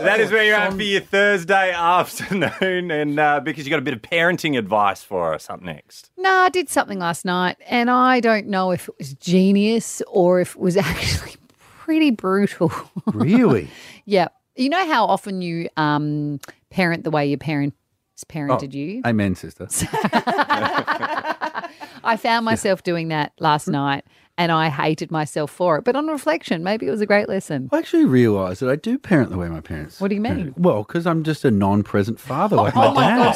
Speaker 5: That is where you're at for your Thursday *laughs* afternoon, and uh, because you got a bit of parenting advice for us up next.
Speaker 6: No, I did something last night, and I don't know if it was genius or if it was *laughs* actually pretty brutal. *laughs*
Speaker 7: Really?
Speaker 6: yeah. You know how often you um, parent the way your parents parented
Speaker 19: Oh.
Speaker 6: you?
Speaker 7: Oh, Amen,
Speaker 6: *laughs*
Speaker 7: sister.
Speaker 6: I found myself doing that
Speaker 7: Mm.
Speaker 6: last night, and I hated myself for it. But on reflection, maybe it was a great lesson. *laughs*
Speaker 7: I actually realise that I do parent the way my parents.
Speaker 6: What do you mean?
Speaker 7: parent. Well, because I'm just a non-present father like
Speaker 6: Oh
Speaker 7: my
Speaker 6: my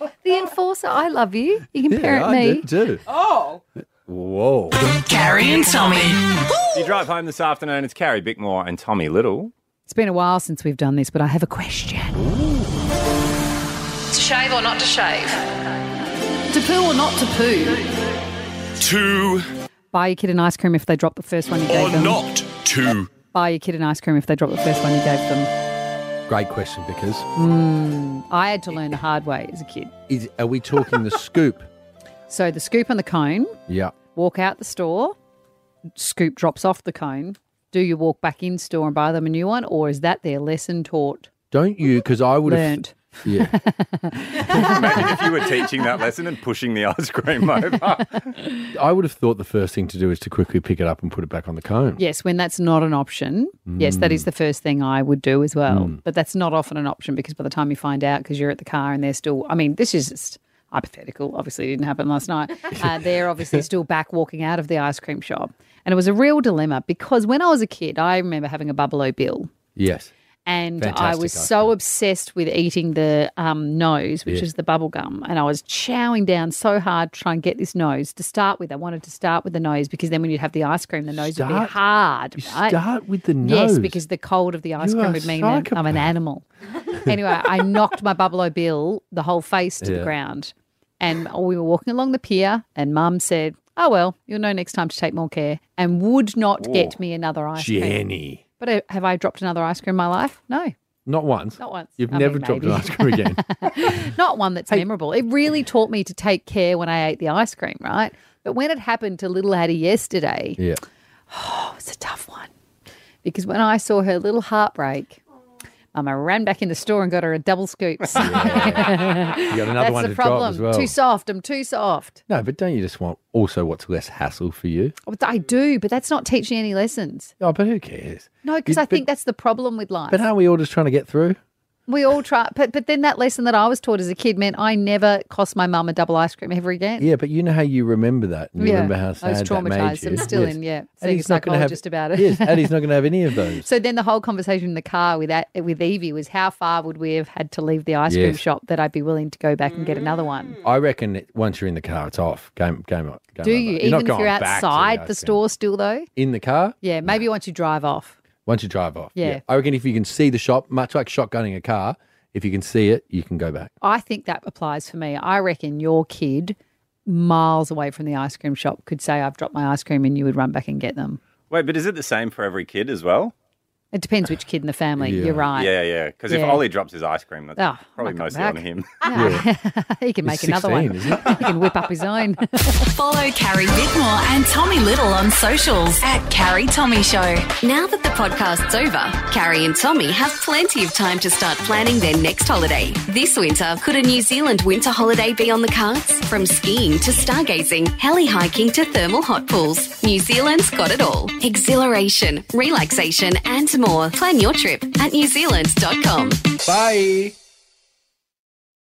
Speaker 7: dad.
Speaker 6: The enforcer, I love you. You can
Speaker 7: Yeah,
Speaker 6: parent
Speaker 7: I
Speaker 6: me.
Speaker 7: do too.
Speaker 6: Oh.
Speaker 7: Whoa.
Speaker 5: Carrie and Tommy. You drive home this afternoon. It's Carrie Bickmore and Tommy Little.
Speaker 6: It's been a while since we've done this, but I have a question.
Speaker 4: To shave or not to shave?
Speaker 6: To poo or not to poo?
Speaker 4: To
Speaker 6: Buy your kid an ice cream if they drop the first one you gave them.
Speaker 4: to.
Speaker 6: Buy your kid an ice cream if they drop the first one you gave them.
Speaker 7: Great question, because
Speaker 6: Mm, I had to learn the hard way as a kid.
Speaker 7: is are we talking the
Speaker 6: *laughs*
Speaker 7: scoop?
Speaker 6: So the scoop and the cone,
Speaker 7: Yeah.
Speaker 6: walk out the store, scoop drops off the cone. Do you walk back in store and buy them a new one, or is that their lesson taught?
Speaker 7: Don't you? Because I would have
Speaker 6: Learned.
Speaker 7: *laughs* Yeah.
Speaker 5: Imagine if you were teaching that lesson and pushing the ice cream *laughs* over.
Speaker 7: I would have thought the first thing to do is to quickly pick it up and put it back on the cone.
Speaker 6: Yes, when that's not an option. Yes, that is the first thing I would do as well.
Speaker 7: Mm.
Speaker 6: But that's not often an option because by the time you find out, because you're at the car and they're still, I mean, this is just hypothetical. Obviously, it didn't happen last night. Uh, they're obviously still back walking out of the ice cream shop. And it was a real dilemma because when I was a kid, I remember having a Buffalo Bill.
Speaker 7: Yes.
Speaker 6: And I
Speaker 7: Fantastic
Speaker 6: was
Speaker 7: ice
Speaker 6: so obsessed with eating the um, nose, which
Speaker 7: Yeah.
Speaker 6: is the bubble gum. And I was chowing down so hard to try and get this nose to start with. I wanted to start with the nose because then when you'd have the ice cream, the nose would be
Speaker 7: Start-
Speaker 6: hard.
Speaker 7: You
Speaker 6: right?
Speaker 7: start with the nose.
Speaker 6: Yes, because the cold of the ice
Speaker 7: You
Speaker 6: cream
Speaker 7: are
Speaker 6: would mean that I'm an
Speaker 7: *laughs*
Speaker 6: animal. anyway, I knocked my Buffalo Bill, the whole face, to the
Speaker 7: Yeah.
Speaker 6: ground. And we were walking along the pier, and mum said, Oh, well, you'll know next time to take more care, and would not get
Speaker 7: Ooh,
Speaker 6: me another ice cream.
Speaker 7: Oh, Jenny.
Speaker 6: But uh, have I dropped another ice cream in my life? No,
Speaker 7: Not once.
Speaker 6: Not once.
Speaker 7: You've
Speaker 6: I
Speaker 7: never
Speaker 6: mean,
Speaker 7: dropped an
Speaker 6: maybe.
Speaker 7: ice cream
Speaker 6: *laughs*
Speaker 7: again.
Speaker 6: not one that's memorable. It really taught me to take care when I ate the ice cream, right? But when it happened to little Addie yesterday,
Speaker 7: yeah.
Speaker 6: Oh, it's a tough one. Because when I saw her little heartbreak, um, I ran back in the store and got her a double
Speaker 7: *laughs*
Speaker 6: scoop. So-
Speaker 7: You got another
Speaker 6: That's
Speaker 7: one
Speaker 6: the
Speaker 7: to drop
Speaker 6: problem.
Speaker 7: as well.
Speaker 6: Too soft. I'm too soft.
Speaker 7: No, but don't you just want also what's less hassle for you?
Speaker 6: I do, but that's not teaching any lessons.
Speaker 7: Oh, but who cares?
Speaker 6: No, because
Speaker 7: You-
Speaker 6: I think that's the problem with life.
Speaker 7: But aren't we all just trying to get through?
Speaker 6: we all try, but but then that lesson that I was taught as a kid meant I never cost my mum a double ice cream ever again.
Speaker 7: Yeah, but you know how you remember that. And you
Speaker 6: Yeah,
Speaker 7: remember
Speaker 6: I
Speaker 7: how
Speaker 6: was
Speaker 7: sad that made
Speaker 6: traumatised.
Speaker 7: you.
Speaker 6: I'm still in, yeah, seeing a
Speaker 7: Addie's not gonna have-
Speaker 6: psychologist about it.
Speaker 7: Yes, Addie's not going to have
Speaker 6: *laughs*
Speaker 7: any of those.
Speaker 6: So then the whole conversation in the car with that, with Evie was how far would we have had to leave the ice cream
Speaker 7: Yes.
Speaker 6: shop that I'd be willing to go back and get another one?
Speaker 7: I reckon it, once you're in the car, it's off. Game, game, o- game
Speaker 6: Do
Speaker 7: over.
Speaker 6: you?
Speaker 7: Mm. You're
Speaker 6: Even
Speaker 7: not
Speaker 6: if
Speaker 7: going
Speaker 6: you're
Speaker 7: back to the
Speaker 6: outside the,
Speaker 7: ice cream.
Speaker 6: store still though?
Speaker 7: in the car.
Speaker 6: Yeah, maybe once you drive off.
Speaker 7: Once you drive off.
Speaker 6: Yeah.
Speaker 7: I reckon if you can see the shop, much like shotgunning a car, if you can see it, you can go back.
Speaker 6: I think that applies for me. I reckon your kid miles away from the ice cream shop could say, I've dropped my ice cream and you would run back and get them.
Speaker 5: Wait, but is it the same for every kid as well?
Speaker 6: It depends which kid in the family. You're right.
Speaker 5: Yeah, yeah. Because if
Speaker 6: Yeah.
Speaker 5: Ollie drops his ice cream, that's
Speaker 6: Oh,
Speaker 5: probably
Speaker 6: I'll come
Speaker 5: mostly
Speaker 6: back.
Speaker 5: on him.
Speaker 6: *laughs* he can make
Speaker 5: He's
Speaker 6: another one.
Speaker 5: 16,
Speaker 6: *laughs*
Speaker 5: isn't
Speaker 6: he can whip up his own. *laughs*
Speaker 22: Follow Carrie Bickmore and Tommy Little on socials at Carrie Tommy Show. Now that the podcast's over, Carrie and Tommy have plenty of time to start planning their next holiday. This winter, could a New Zealand winter holiday be on the cards? From skiing to stargazing, heli hiking to thermal hot pools, New Zealand's got it all. Exhilaration, relaxation, and more. Plan your trip at newzealand.com.
Speaker 7: Bye.